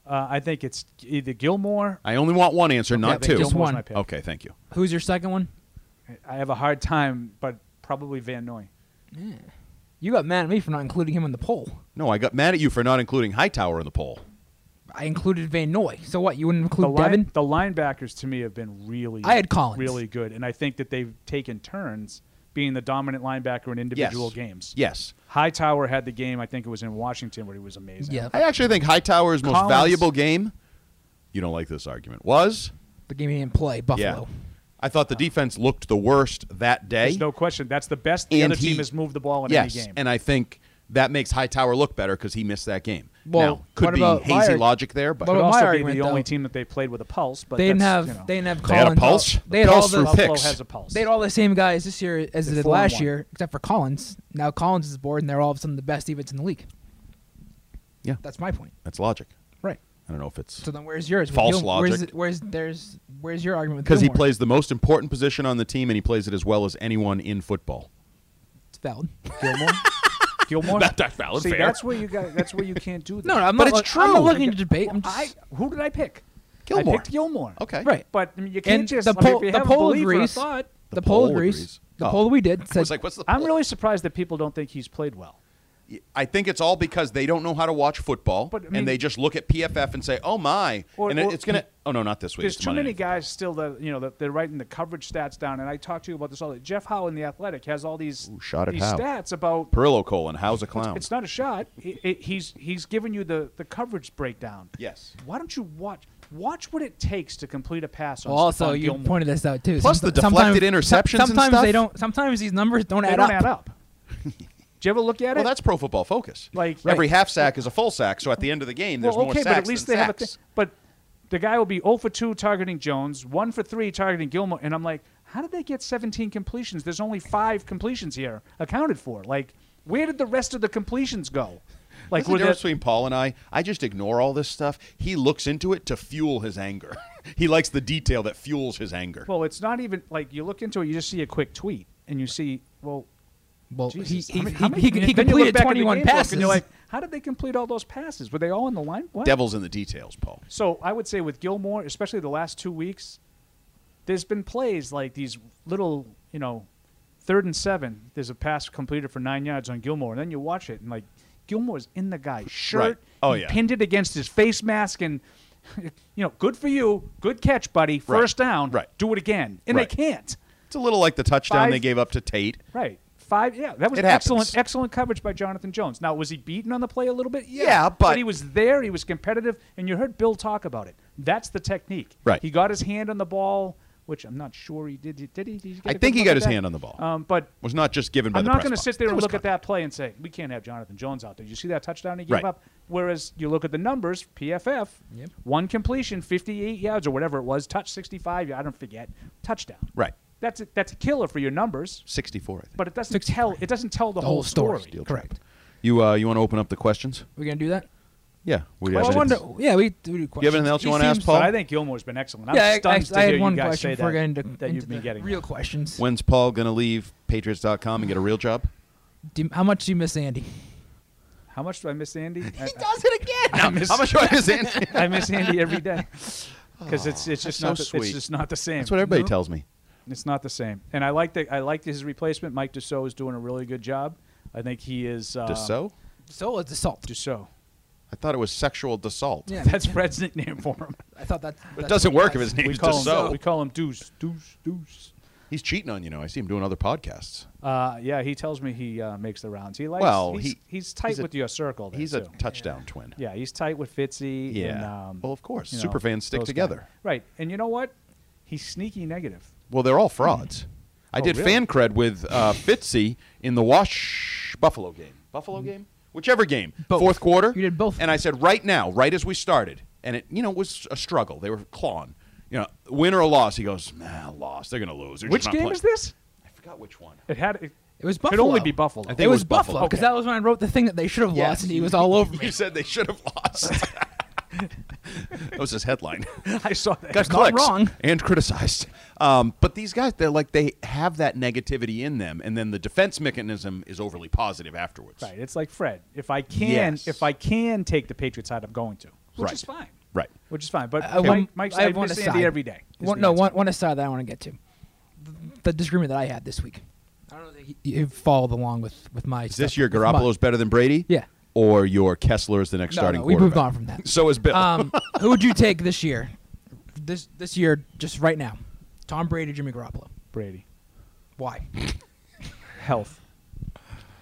Uh, I think it's either Gilmore. I only want one answer, I not think two. Oh. Just Gilmore's one. my pick. Okay, thank you. Who's your second one? I have a hard time, but probably Van Noy. You got mad at me for not including him in the poll. No, I got mad at you for not including Hightower in the poll. I included Van Noy. So what? You wouldn't The, include Devin? line, the linebackers to me have been really I had Collins. really good, and I think that they've taken turns being the dominant linebacker in individual yes. games. Yes. Hightower had the game. I think it was in Washington where he was amazing. Yep. I actually think Hightower's most Collins- valuable game. You don't like this argument. Was The game he didn't play, Buffalo. yeah. I thought the defense looked the worst that day. There's no question. That's the best the And other he- team has moved the ball in yes, any game. and I think that makes Hightower look better because he missed that game. Well, now, could what be about hazy Meyer? logic there, but What Could But my also argument, be the only though- team that they played with a pulse, but They didn't that's, have. you know, They didn't have. They had a Collins. pulse? They had Pulse all the. through Buffalo picks. has a pulse. They had all the same guys this year as They're they did four and last one. year, except for Collins. Now Collins is bored, and they're all of a sudden the best defense in the league. Yeah. that's my point. that's logic. Right. I don't know if it's So then, where's yours? with False Gil- logic. Where's, where's there's where's your argument? with because he Gilmore? plays the most important position on the team and he plays it as well as anyone in football. It's valid. Gilmore. Gilmore. That- that's valid, See, fair. that's where you got. That's where you can't do that. No, no, I'm But not. it's look- I'm not true. looking to debate. I'm Well, I, just, who did I pick? Gilmore. I picked Gilmore. Okay, right. But I mean, you can't And just. the I mean, poll, if you the have a poll believer, agrees. I thought- The poll agrees. The Oh. poll we did I said was like, what's the? I'm point? really surprised that people don't think he's played well. I think it's all because they don't know how to watch football, But, I mean- and they just look at PFF and say, "Oh my!" Or- and it- or- it's gonna. Oh no, not this week. There's it's too Monday many night. guys still that you know that they're writing the coverage stats down, and I talked to you about this all. day. Jeff Howe in the Athletic has all these shot at these Howe. stats about Perillo colon. How's a clown? It's not a shot. It, it, he's he's giving you the, the coverage breakdown. Yes. Why don't you watch watch what it takes to complete a pass on Well, also, Stephon you Gilmore? pointed this out too. Plus the Somet- deflected sometime- interceptions and Sometimes stuff. they don't. Sometimes these numbers don't they add don't up. add up. Did you ever look at Well, it? that's pro football focus. Like- every Right. half sack is a full sack, so at the end of the game, there's well, more okay, sacks but at least than they have a sacks. thing. But the guy will be 0 for 2 targeting Jones, 1 for 3 targeting Gilmore, and I'm like, how did they get 17 completions? There's only five completions here accounted for. Like, where did the rest of the completions go? Like, That's the were there- difference between Paul and I. I just ignore all this stuff. He looks into it to fuel his anger. he likes the detail that fuels his anger. well, it's not even like you look into it, you just see a quick tweet, and you see, well, Well, he, Jesus. he, I mean, he- how many- he, then you he look completed back at the 21 game book passes. And you're like, how did they complete all those passes? Were they all in the line? What? Devil's in the details, Paul. So I would say with Gilmore, especially the last two weeks, there's been plays like these little, you know, third and seven. There's a pass completed for nine yards on Gilmore, and then you watch it and like Gilmore's in the guy's shirt. Right. Oh, He yeah. pinned it against his face mask, and you know, good for you, good catch, buddy. Right. First down. Right. Do it again, and Right. they can't. It's a little like the touchdown Five- they gave up to Tate. Right. Five. Yeah, that was It happens. excellent. Excellent coverage by Jonathan Jones. Now, was he beaten on the play a little bit? Yeah, but- he was there. He was competitive, and you heard Bill talk about it. That's the technique. Right. He got his hand on the ball, which I'm not sure he did. Did he? Did he get I a good think he look got at his that? hand on the ball. Um, but Was not just given by I'm the not press going to box. sit there It and was look fun. at that play and say we can't have Jonathan Jones out there. You see that touchdown he gave Right. up. Whereas you look at the numbers, PFF, one completion, 58 yards or whatever it was, touch 65. I don't forget touchdown. Right. That's a, that's a killer for your numbers. 64, I think. But it doesn't tell. It doesn't tell the, the whole story. oh, story. Correct. You uh, you want to open up the questions? We're gonna do that. Yeah. We Well, I Questions. wonder. Oh, Yeah, we. we do questions. anything else you He wanna ask, seems- Paul? But I think Gilmore's been excellent. I'm Yeah, I, stunned I, to I hear had you one guys question say before that, getting to that into you've been the getting real questions. When's Paul going to leave Patriots.com and get a real job? Do you- how much do you miss Andy? How much do I miss Andy? he I, does it again. I miss, How much do I miss Andy? I miss Andy every day because it's it's just so not the, sweet. it's just not the same. That's what everybody tells me. It's not the same. And I like the I like his replacement. Mike Deso is doing a really good job. I think he is uh, Dassault? So it's assault. Dassault. I thought it was sexual Dassault. Yeah, That's Fred's nickname for him. I thought that. It doesn't work if his We name's call him Dassault. we call him Deuce Deuce Deuce. He's cheating on you know. I see him doing other podcasts. Uh, yeah, he tells me he uh, makes the rounds. He likes. Well, he's, he- he's tight he's a- with your circle. There He's a too. touchdown twin. Yeah, he's tight with Fitzy. Yeah. And, um, Well, of course. you know, Superfans stick those together. guys. Right. And you know what? He's sneaky negative. Well, they're all frauds. I Oh, did really? fan cred with uh, Fitzy in the Wash Buffalo game. Buffalo game? Whichever game. Both. Fourth quarter. You did both. And I said, right now, right as we started, and it, you know, was a struggle. They were clawing. You know, win or a loss. He goes, nah, loss. They're going to lose. They're just Which not game playing." is this? I forgot which one. It had. It, It was could Buffalo. only be Buffalo. I It, think was Buffalo Buffalo. because that was when I wrote the thing that they should have lost, and he was all over me. You said they should have lost. that was his headline. I saw that. got It's not clicks wrong. and criticized. Um, but these guys, they're like they have that negativity in them, and then the defense mechanism is overly positive afterwards. Right. It's like Fred. If I can, Yes. if I can take the Patriots out, I'm going to. Which Right. is fine. Right. Which is fine. But I- I Mike, want- Mike's I I have Uh, one miss aside. Andy every day. is One, the no, answer. one, one aside that I want to get to. The disagreement that I had this week. I don't know that you, you followed along with with my. Is this your Garoppolo's better than Brady? Yeah. Or your Kessler is the next No, starting no, we moved quarterback? on from that. So uh, is Bill. Um, who would you take this year? This this year, just right now, Tom Brady, Jimmy Garoppolo. Brady. Why? health.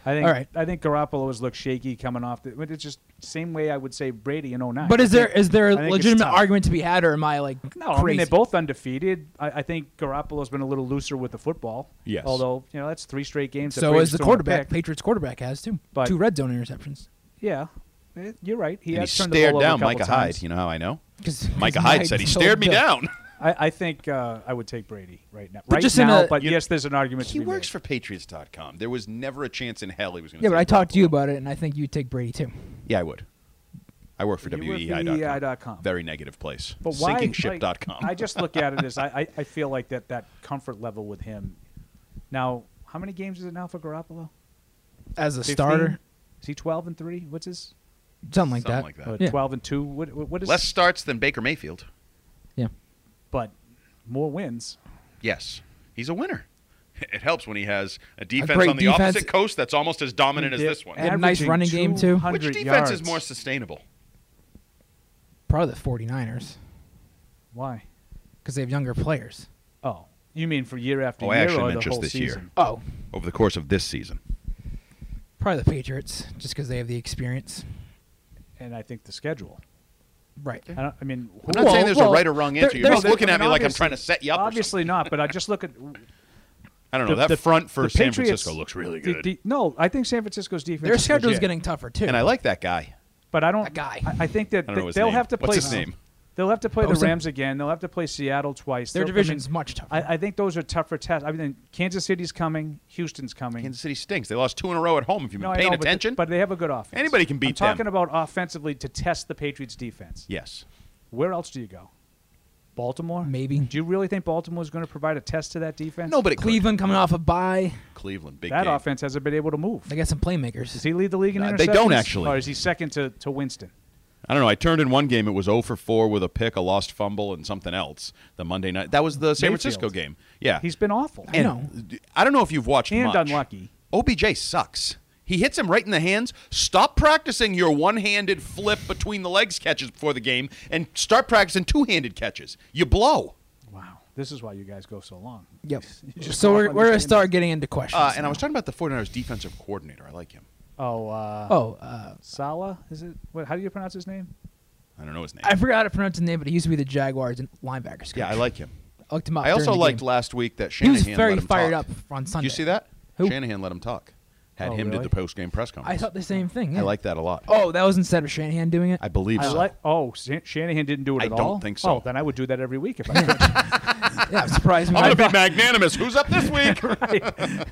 I think. All right. I think Garoppolo has looked shaky coming off. The, but it's just same way I would say Brady in 09. But is there is there a I think it's legitimate tough. argument to be had, or am I like No, I crazy? mean they're both undefeated. I, I think Garoppolo's been a little looser with the football. Yes. Although you know that's three straight games. that so Brady's is the thrown a quarterback. pick. Patriots quarterback has too. But- Two red zone interceptions. Yeah, Eh, you're right. He And he has turned stared the ball down over a couple Micah times. Hyde. You know how I know? 'Cause- 'cause Micah Hyde Hyde said he told stared me him. down. I, I think uh, I would take Brady right now. But right just in now, a- but You- yes, there's an argument. He to be works made. for Patriots.com. There was never a chance in hell he was going Yeah, but I talked to you about it, and I think you'd take Brady too. Yeah, I would. I work for E You work for WEI.com. WEI.com. Very negative place. But why? like, Sinkingship.com. I just look at it as I, I, I feel like that that comfort level with him. Now, how many games is it now for Garoppolo? As a 15? starter, Is he twelve and three? What's his? something like Something that. like that. Uh, Yeah. Twelve and two. What what what is? Less starts than Baker Mayfield. Yeah. But more wins. Yes. He's a winner. It helps when he has a defense great on the defense. opposite coast that's almost as dominant as this one. had a nice running game, too. Which defense is more sustainable? sustainable? Probably the 49ers Why? because they have younger players. Oh, you mean for year after Oh, I year actually or meant the just whole this year. season? Oh, Over the course of this season. probably the Patriots just because they have the experience. And I think the schedule. Right. I, don't, I mean, who I'm not Well, saying there's a well, right or wrong answer. there- You're there's- just looking I at me mean, like I'm obviously- trying to set you up. or Obviously not, but I just look at something. I don't know. the- that the- front for the San Patriots- Francisco looks really the- good. the- no, I think San Francisco's defense. Their is schedule's legit. getting tougher too. and I like that guy. But I don't. That guy. I, I think that I don't th- know his they'll name. have to play. What's his name? They'll have to play Bosa? the Rams again. They'll have to play Seattle twice. Their They'll- I division's mean, much tougher. I, I think those are tougher tests. I mean, Kansas City's coming. Houston's coming. Kansas City stinks. They lost two in a row at home. If you've been No, I know, paying but th- attention, but, they have a good offense. Anybody can beat I'm talking them. about offensively to test the Patriots' defense. yes, Where else do you go? Baltimore, Maybe. Do you really think Baltimore is going to provide a test to that defense? no, but it could. Cleveland coming off a bye. Cleveland, big that game. offense hasn't been able to move. They got some playmakers. Does he lead the league in No, interceptions? they don't actually. Or is he second to, to Winston? I don't know. I turned in one game. It was 0 for 4 with a pick, a lost fumble, and something else. The Monday night. That was the San Mayfield. Francisco game. Yeah. He's been awful. I know. I don't know if you've watched And much. unlucky. OBJ sucks. He hits him right in the hands. Stop practicing your one-handed flip between the legs catches before the game, and start practicing two-handed catches. You blow. Wow, this is why you guys go so long. Yep. You just So don't we're, we're gonna understand start getting into questions. Uh, and I was talking about the 49ers defensive coordinator. I like him. Oh, uh, oh, uh, Sala is it? What, how do you pronounce his name? I don't know his name. I forgot how to pronounce his name, but he used to be the Jaguars and linebackers. Coach. yeah, I like him. I looked him up. I also during the liked game. last week that He Shanahan was very let him fired talk. up on Did Sunday. You see that? Who? Shanahan let him talk. Had Oh, him really? do the post-game press conference. I thought the same thing. I yeah. like that a lot. Oh, that was instead of Shanahan doing it. I believe I so. like. Oh, San- Shanahan didn't do it I at don't all. think so. Oh, then I would do that every week if I could. yeah, I'm surprised. when I'm I going to thought- be magnanimous. Who's up this week?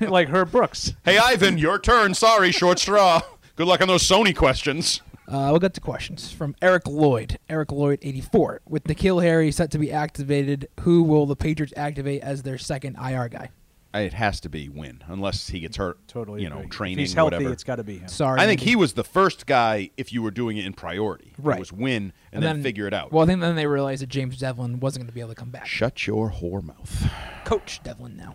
like Herb Brooks. hey, Ivan, your turn. Sorry, short straw. Good luck on those Sony questions. Uh, we'll get to questions from Eric Lloyd. Eric Lloyd, 84. With Nikhil Harry set to be activated, who will the Patriots activate as their second IR guy? It has to be win, unless he gets hurt. Totally. you know, agree. If training, He's healthy. whatever. It's got to be him. Sorry. I think maybe. he was the first guy. If you were doing it in priority, Right. it was win and, then, figure it out. Well, then, then they realized that James Devlin wasn't going to be able to come back. shut your whore mouth. Coach Devlin now.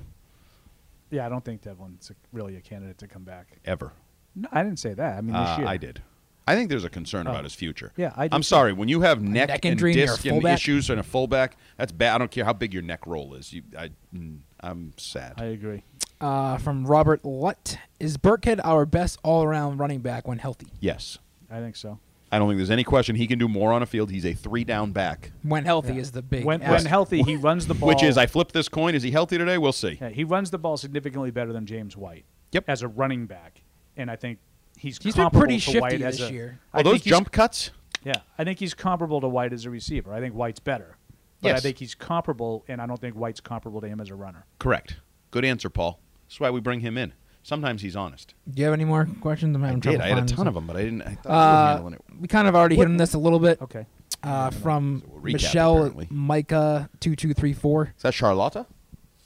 Yeah, I don't think Devlin's a, really a candidate to come back. Ever. No, I didn't say that. I mean, this Uh, year. Oh. I did. I think there's a concern about his future. Yeah, I do I'm too. sorry. When you have neck, neck and injury and you're a disc and fullback? issues and a fullback, that's bad. I don't care how big your neck roll is. You, I, mm, I'm sad. I agree. Uh, from Robert Lutt. Is Burkhead our best all around running back when healthy? yes, I think so. I don't think there's any question he can do more on a field. He's a three down back, When healthy is the big. When, when ask. healthy, he runs the ball. which is I flipped this coin. Is he healthy today? We'll see. Yeah, he runs the ball significantly better than James White. Yep. As a running back, and I think he's He's been comparable pretty to shifty White this as a, year. Oh, I those think he's- jump cuts. Yeah, I think he's comparable to White as a receiver. I think White's better, but I Yes. think he's comparable, and I don't think White's comparable to him as a runner. Correct. Good answer, Paul. That's why we bring him in. Sometimes he's honest. Do you have any more questions? I'm having I trouble did. I had a finding ton some. of them, but I didn't. I thought you Uh, were handling it. we kind of already hit on this a little bit. Okay. Uh, from we'll recap, Michelle apparently. Micah two two three four. Is that Charlotta?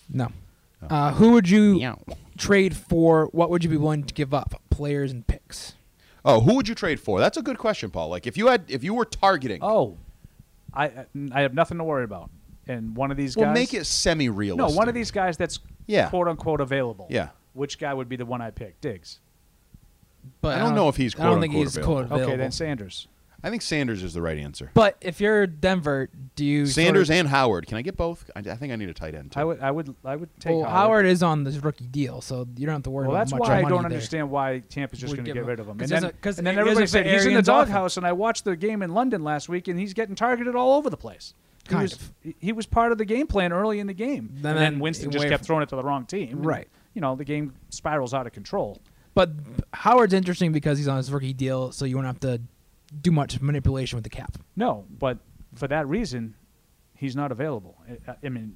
No. Oh. Uh, who would you Meow. trade for? What would you be willing to give up? Players and picks. Oh, who would you trade for? That's a good question, Paul. Like if you had, if you were targeting. Oh, I I have nothing to worry about, and one of these Well, guys. make it no semi-realistic. one of these guys that's Yeah. quote unquote available. Yeah. Which guy would be the one I pick? Diggs. But I don't know if he's um, I don't think quote-unquote he's available. quote available. Okay, then Sanders. I think Sanders is the right answer. But if you're Denver, do you sort Sanders of- and Howard. Can I get both? I, I think I need a tight end. Too. I would, I would, I would take well, Howard. Howard is on this rookie deal, so you don't have to worry Well, about that's much why I money don't there. understand why Tampa's just Would going to give get him- rid of him. And 'Cause there's then, a- 'cause and then it is everybody a said he's in the Arians offense." doghouse, and I watched the game in London last week, and he's getting targeted all over the place. He Kind was, of. he- He was part of the game plan early in the game, Then- and then then Winston just away kept from- throwing it to the wrong team. and, Right. you know, the game spirals out of control. But Howard's interesting because he's on his rookie deal, so you won't have to do much manipulation with the cap. No, but for that reason, he's not available. I- I, I mean,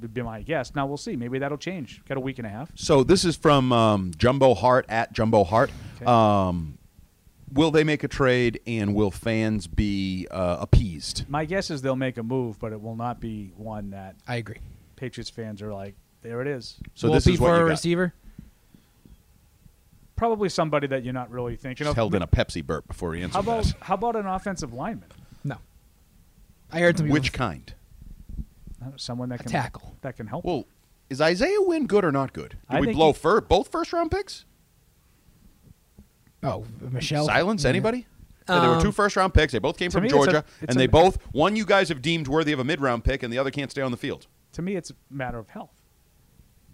would be my guess. Now we'll see. Maybe that'll change. Got a week and a half. So this is from um, Jumbo Hart at Jumbo Hart. Um, will they make a trade, and will fans be uh, appeased? My guess is they'll make a move, but it will not be one that I agree. Patriots fans are like, there it is. So Will this it be is for what you a got. receiver. Probably somebody that you're not really thinking Just of. held in a Pepsi burp before he answered How about that. how about an offensive lineman? No, I heard some people- Which kind? Uh, Someone that A can tackle. that can help. Well, is Isaiah Wynn good or not good? Did I we think blow he- fir- both first round picks? Oh, Michelle. Silence Yeah. anybody? Yeah, there were two first round picks. They both came to from me, it's a- Georgia, it's and a- they both one you guys have deemed worthy of a mid round pick, and the other can't stay on the field. to me, it's a matter of health.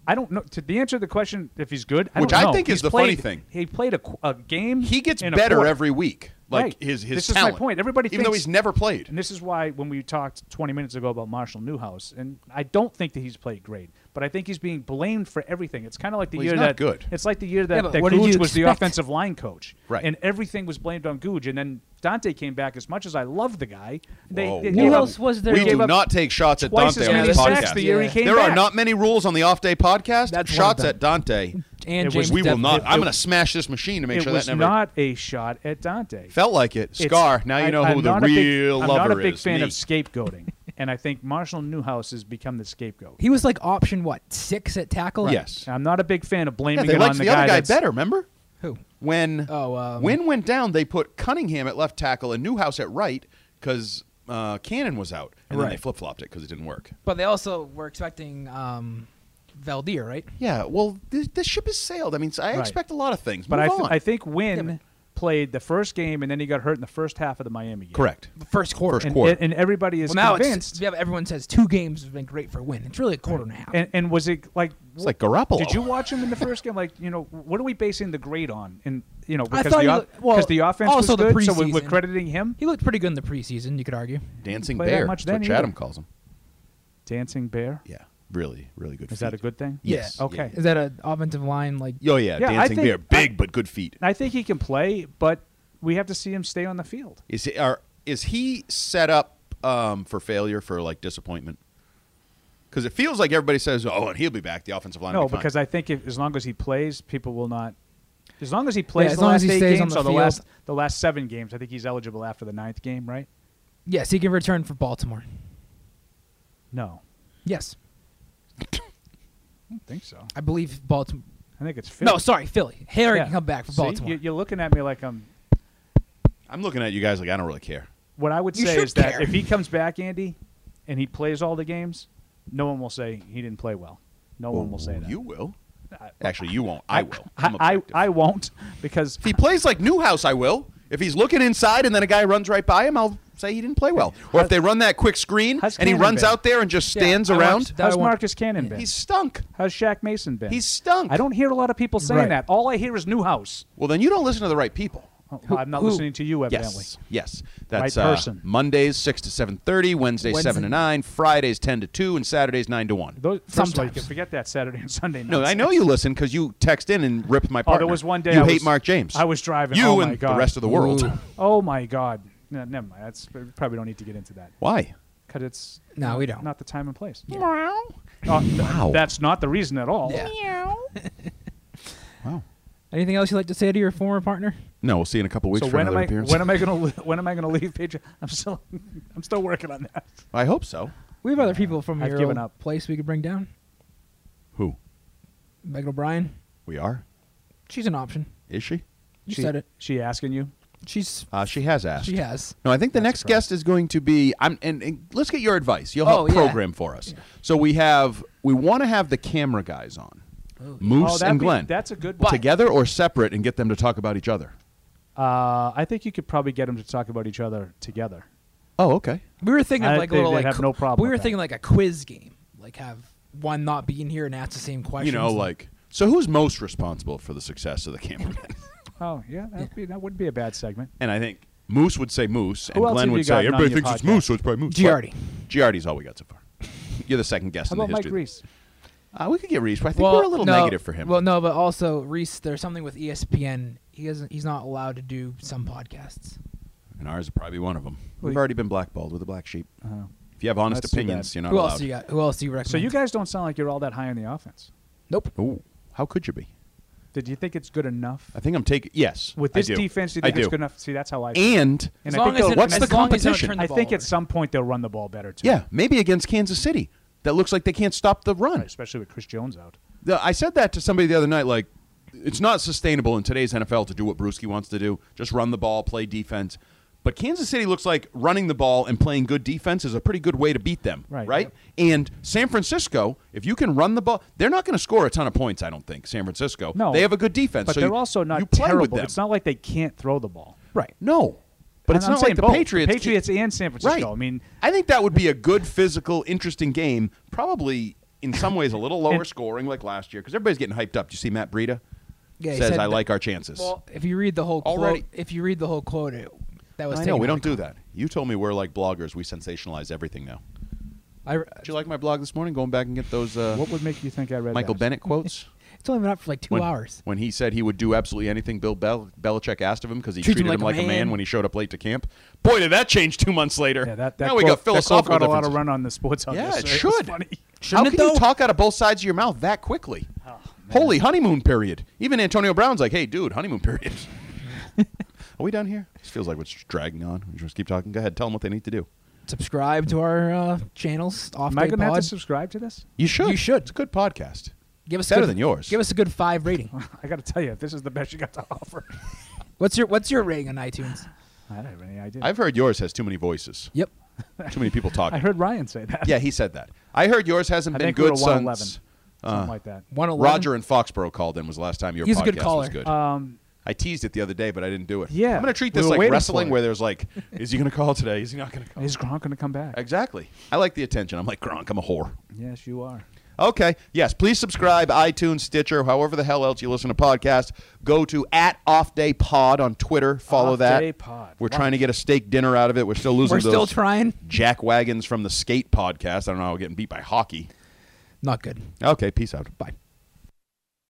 I don't know. To the answer to the question, if he's good, I Which don't I know. think is He's the funny played, thing. He played a, qu- a game. He gets in a better quarter. every week. Like Right. his his This is my talent. point. Everybody even though thinks- he's never played. And this is why when we talked 20 minutes ago about Marshall Newhouse, and I don't think that he's played great, but I think he's being blamed for everything. It's kind of like the Well, he's year not that good. It's like the year Yeah, that, but that what did Googe you was the expect? offensive line coach, Right. And everything was blamed on Googe, and then Dante came back. As much as I love the guy, they, they Whoa, whoa. gave up- Newhouse was their- Oh, We They do gave up not take shots at twice Dante as on many this sacks podcast. the year he Yeah. came there back. are not many rules on the off day podcast. That's one shots of them. at Dante. And It was- James we will Devlin. not. It- I'm it- going to smash this machine to make it sure was that never not a shot at Dante. felt like it. It's- Scar. Now you know I, who I'm the not a big- real lover is. I'm not a big fan me. of scapegoating, and I think Marshall Newhouse has become the scapegoat. He was like option what six at tackle. Yes. I'm not a big fan of Yeah, blaming they it liked on the, the, other guy that's- better. Remember Who? when Oh, um, when went down? They put Cunningham at left tackle and Newhouse at right because uh, Cannon was out, and then they Right. flip flopped it because it didn't work. But they also were expecting um, Valdir, right? Yeah, well, this, this ship has sailed. I mean, I expect a lot of things. But Move I, th- on. I think Wynn Yeah, played the first game and then he got hurt in the first half of the Miami game. correct. First quarter. First And, quarter. and, and everybody is well, now it's convinced. yeah, everyone says two games have been great for a win. It's really a quarter and a half. And, and was it like? It's like Garoppolo. Did you watch him in the first game? Like, you know, what are we basing the grade on? And you know, I because thought the he off- looked- well, 'cause the offense also the was good, so we- we're preseason. crediting him. he looked pretty good in the preseason. You could argue. dancing play that bear? much That's what then Chatham either. calls him. Dancing bear. Yeah, really, really good. Is that a feet. good thing? Yes. Yeah. Okay. Is that an offensive line like? Oh yeah, Yeah, I dancing think- bear, big but good feet. I think he can play, but we have to see him stay on the field. Is he, are, is he set up um, for failure for like disappointment? Because it feels like everybody says, "Oh, and he'll be back." The offensive line. No, will be fine." because I think if, as long as he plays, people will not. As long as he plays as the long as last he eight stays on games the or the field. last the last seven games, I think he's eligible after the ninth game, right? Yes, he can return for Baltimore. No, Yes, I don't think so. I believe Baltimore. I think it's Philly. No, sorry, Philly. Harry Yeah. can come back for See, Baltimore. you, are looking at me like I'm. I'm looking at you guys like I don't really care. What I would You say should is that care. if he comes back, Andy, and he plays all the games, no one will say he didn't play well. No one will say that. Oh, You will. Actually, you won't. I will. I'm I, I, objective. I won't because if he plays like Newhouse, I will. If he's looking inside and then a guy runs right by him, I'll say he didn't play well. Or if they run that quick screen How's and he Cannon runs been? out there and just Yeah, stands I around, watched that how's one- Marcus Cannon been? he's stunk. how's Shaq Mason been? He's stunk. I don't hear a lot of people saying Right. that. All I hear is Newhouse. Well, then you don't listen to the right people. Oh, I'm not who- listening to you, evidently. Yes. Yes. That's Right uh, person. Mondays six to seven thirty, Wednesdays seven Wednesday- to nine, Fridays ten to two, and Saturdays nine to one. Those, first of all, you Sometimes. can forget that Saturday and Sunday night. No, I know you listen because you text in and rip my Oh, partner. there was one day you I hate was- Mark James. I was driving. You Oh, my and the God. rest of the world. Ooh. Oh my God! No, never mind. That's we probably don't need to get into that Why? because it's No, we don't. not the time and place. Wow. Uh, th- Wow. That's not the reason at all. Anything else you'd like to say to your former partner? No, we'll see you in a couple weeks So for when am, another I, appearance. when am I gonna li- when am I gonna leave Patriot? I'm still I'm still working on that. I hope so. We have other people from I've your given old up. place we could bring down. Who? Megan O'Brien. We are? She's an option. Is she? You She- said it. She asking you? She's Uh, she has asked. she has. No, I think the next guest is going to be. I'm and, and let's get your advice. You'll Oh, help yeah. program for us. So we have we want to have the camera guys on, Moose Oh, that'd and be- Glenn. that's a good one. Together or separate, and get them to talk about each other. Uh, I think you could probably get them to talk about each other together. Oh, okay. We were thinking I think like a little they'd like have qu- no problem We were with that. thinking like a quiz game, like have one not be in here and ask the same question. You know, like so, who's most responsible for the success of the cameraman? Oh yeah, that'd be, that would be a bad segment. and I think Moose would say Moose, and Who else Glenn have would you gotten say everybody on your thinks it's podcast? Moose, so it's probably Moose. Giardi. But Giardi's all we got so far. You're the second guest How in the about Mike history. Reese? Uh, we could get Reese, but I think well, we're a little no, negative for him. Well, no, but also Reese, there's something with E ESPN. He doesn't. He's not allowed to do some podcasts. and ours would probably be one of them. We've Wait. already been blackballed with a black sheep. If you have honest Uh-huh. That's too bad. opinions, you're not Who allowed. else do you got? Who else do you recommend? So Mm. you guys don't sound like you're all that high on the offense. Nope. Ooh, how could you be? Did you think it's good enough I think I'm taking yes. with I this do. defense? Do you I think it's do. good enough? See, that's how I. feel. And And As I long think as they'll- it- What's as the long as they don't competition? turn the I ball think over. at some point they'll run the ball better too. yeah, maybe against Kansas City, that looks like they can't stop the run. especially with Chris Jones out. The- I said that to somebody the other night. Like, it's not sustainable in today's NFL to do what Brewski wants to do: just run the ball, play defense. But Kansas City looks like running the ball and playing good defense is a pretty good way to beat them, Right, yep. And San Francisco, if you can run the ball, they're not going to score a ton of points. I don't think San Francisco. No, they have a good defense, but so they're you- also not you play terrible. With them. It's not like they can't throw the ball. Right. no, but And it's I'm not like saying the both. Patriots. Patriots and San Francisco. I mean, I think that would be a good physical, interesting game. Probably in some ways a little lower And- scoring like last year because everybody's getting hyped up. Do you see Matt Breida? Yeah, he says said I that- like our chances. Well, if you read the whole Already- quote, if you read the whole quote, it, that was. I know taken we out don't of do that. You told me we're like bloggers. We sensationalize everything now. context. I, Did you like my blog this morning? Going back and get those uh, What would make you think I read Michael that? Bennett quotes. it's only been up for like two when, hours. When he said he would do absolutely anything, Bill Bel- Belichick asked of him because he Treat him treated him like, a, man. when he showed up late to camp. Boy, did that change two months later. Yeah, that, that now quote, we got that quote philosophical got a lot of differences. run on the sports. Hub Yeah, it yesterday. should. was funny. How Shouldn't it, can you though? talk out of both sides of your mouth that quickly? Oh, Holy honeymoon period. Even Antonio Brown's like, hey, dude, honeymoon period. Are we done here? This feels like we're just dragging on. We just keep talking. Go ahead, tell them what they need to do. Subscribe to our uh, channels. Off Am I Day going to have to Pod. subscribe to this? You should. You should. It's a good podcast. Give us a better good- than yours. Give us a good five rating. I got to tell you, this is the best you got to offer. What's your What's your rating on iTunes? I don't have any idea. I've heard yours has too many voices. Yep. Too many people talking. I heard Ryan say that. yeah, he said that. I heard yours hasn't I been think good Uh. we're at 111, since something like that. One eleven. Roger in Foxborough called in was the last time your He's a podcast good was caller. good. Um, I teased it the other day, but I didn't do it. Yeah, I'm gonna treat we this were like waiting wrestling for it. where there's like, is he gonna call today? Is he not gonna call? is Gronk going to come back? Exactly. I like the attention. I'm like Gronk. I'm a whore. yes, you are. Okay. Yes. Please subscribe, iTunes, Stitcher, however the hell else you listen to podcasts. Go to at Off Day Pod on Twitter. Follow Off that. Day Pod. We're trying to get a steak dinner out of it. We're still losing. We're to still those trying. Jack wagons from the skate podcast. I don't know. how We're getting beat by hockey. Not good. Okay. Peace out. Bye.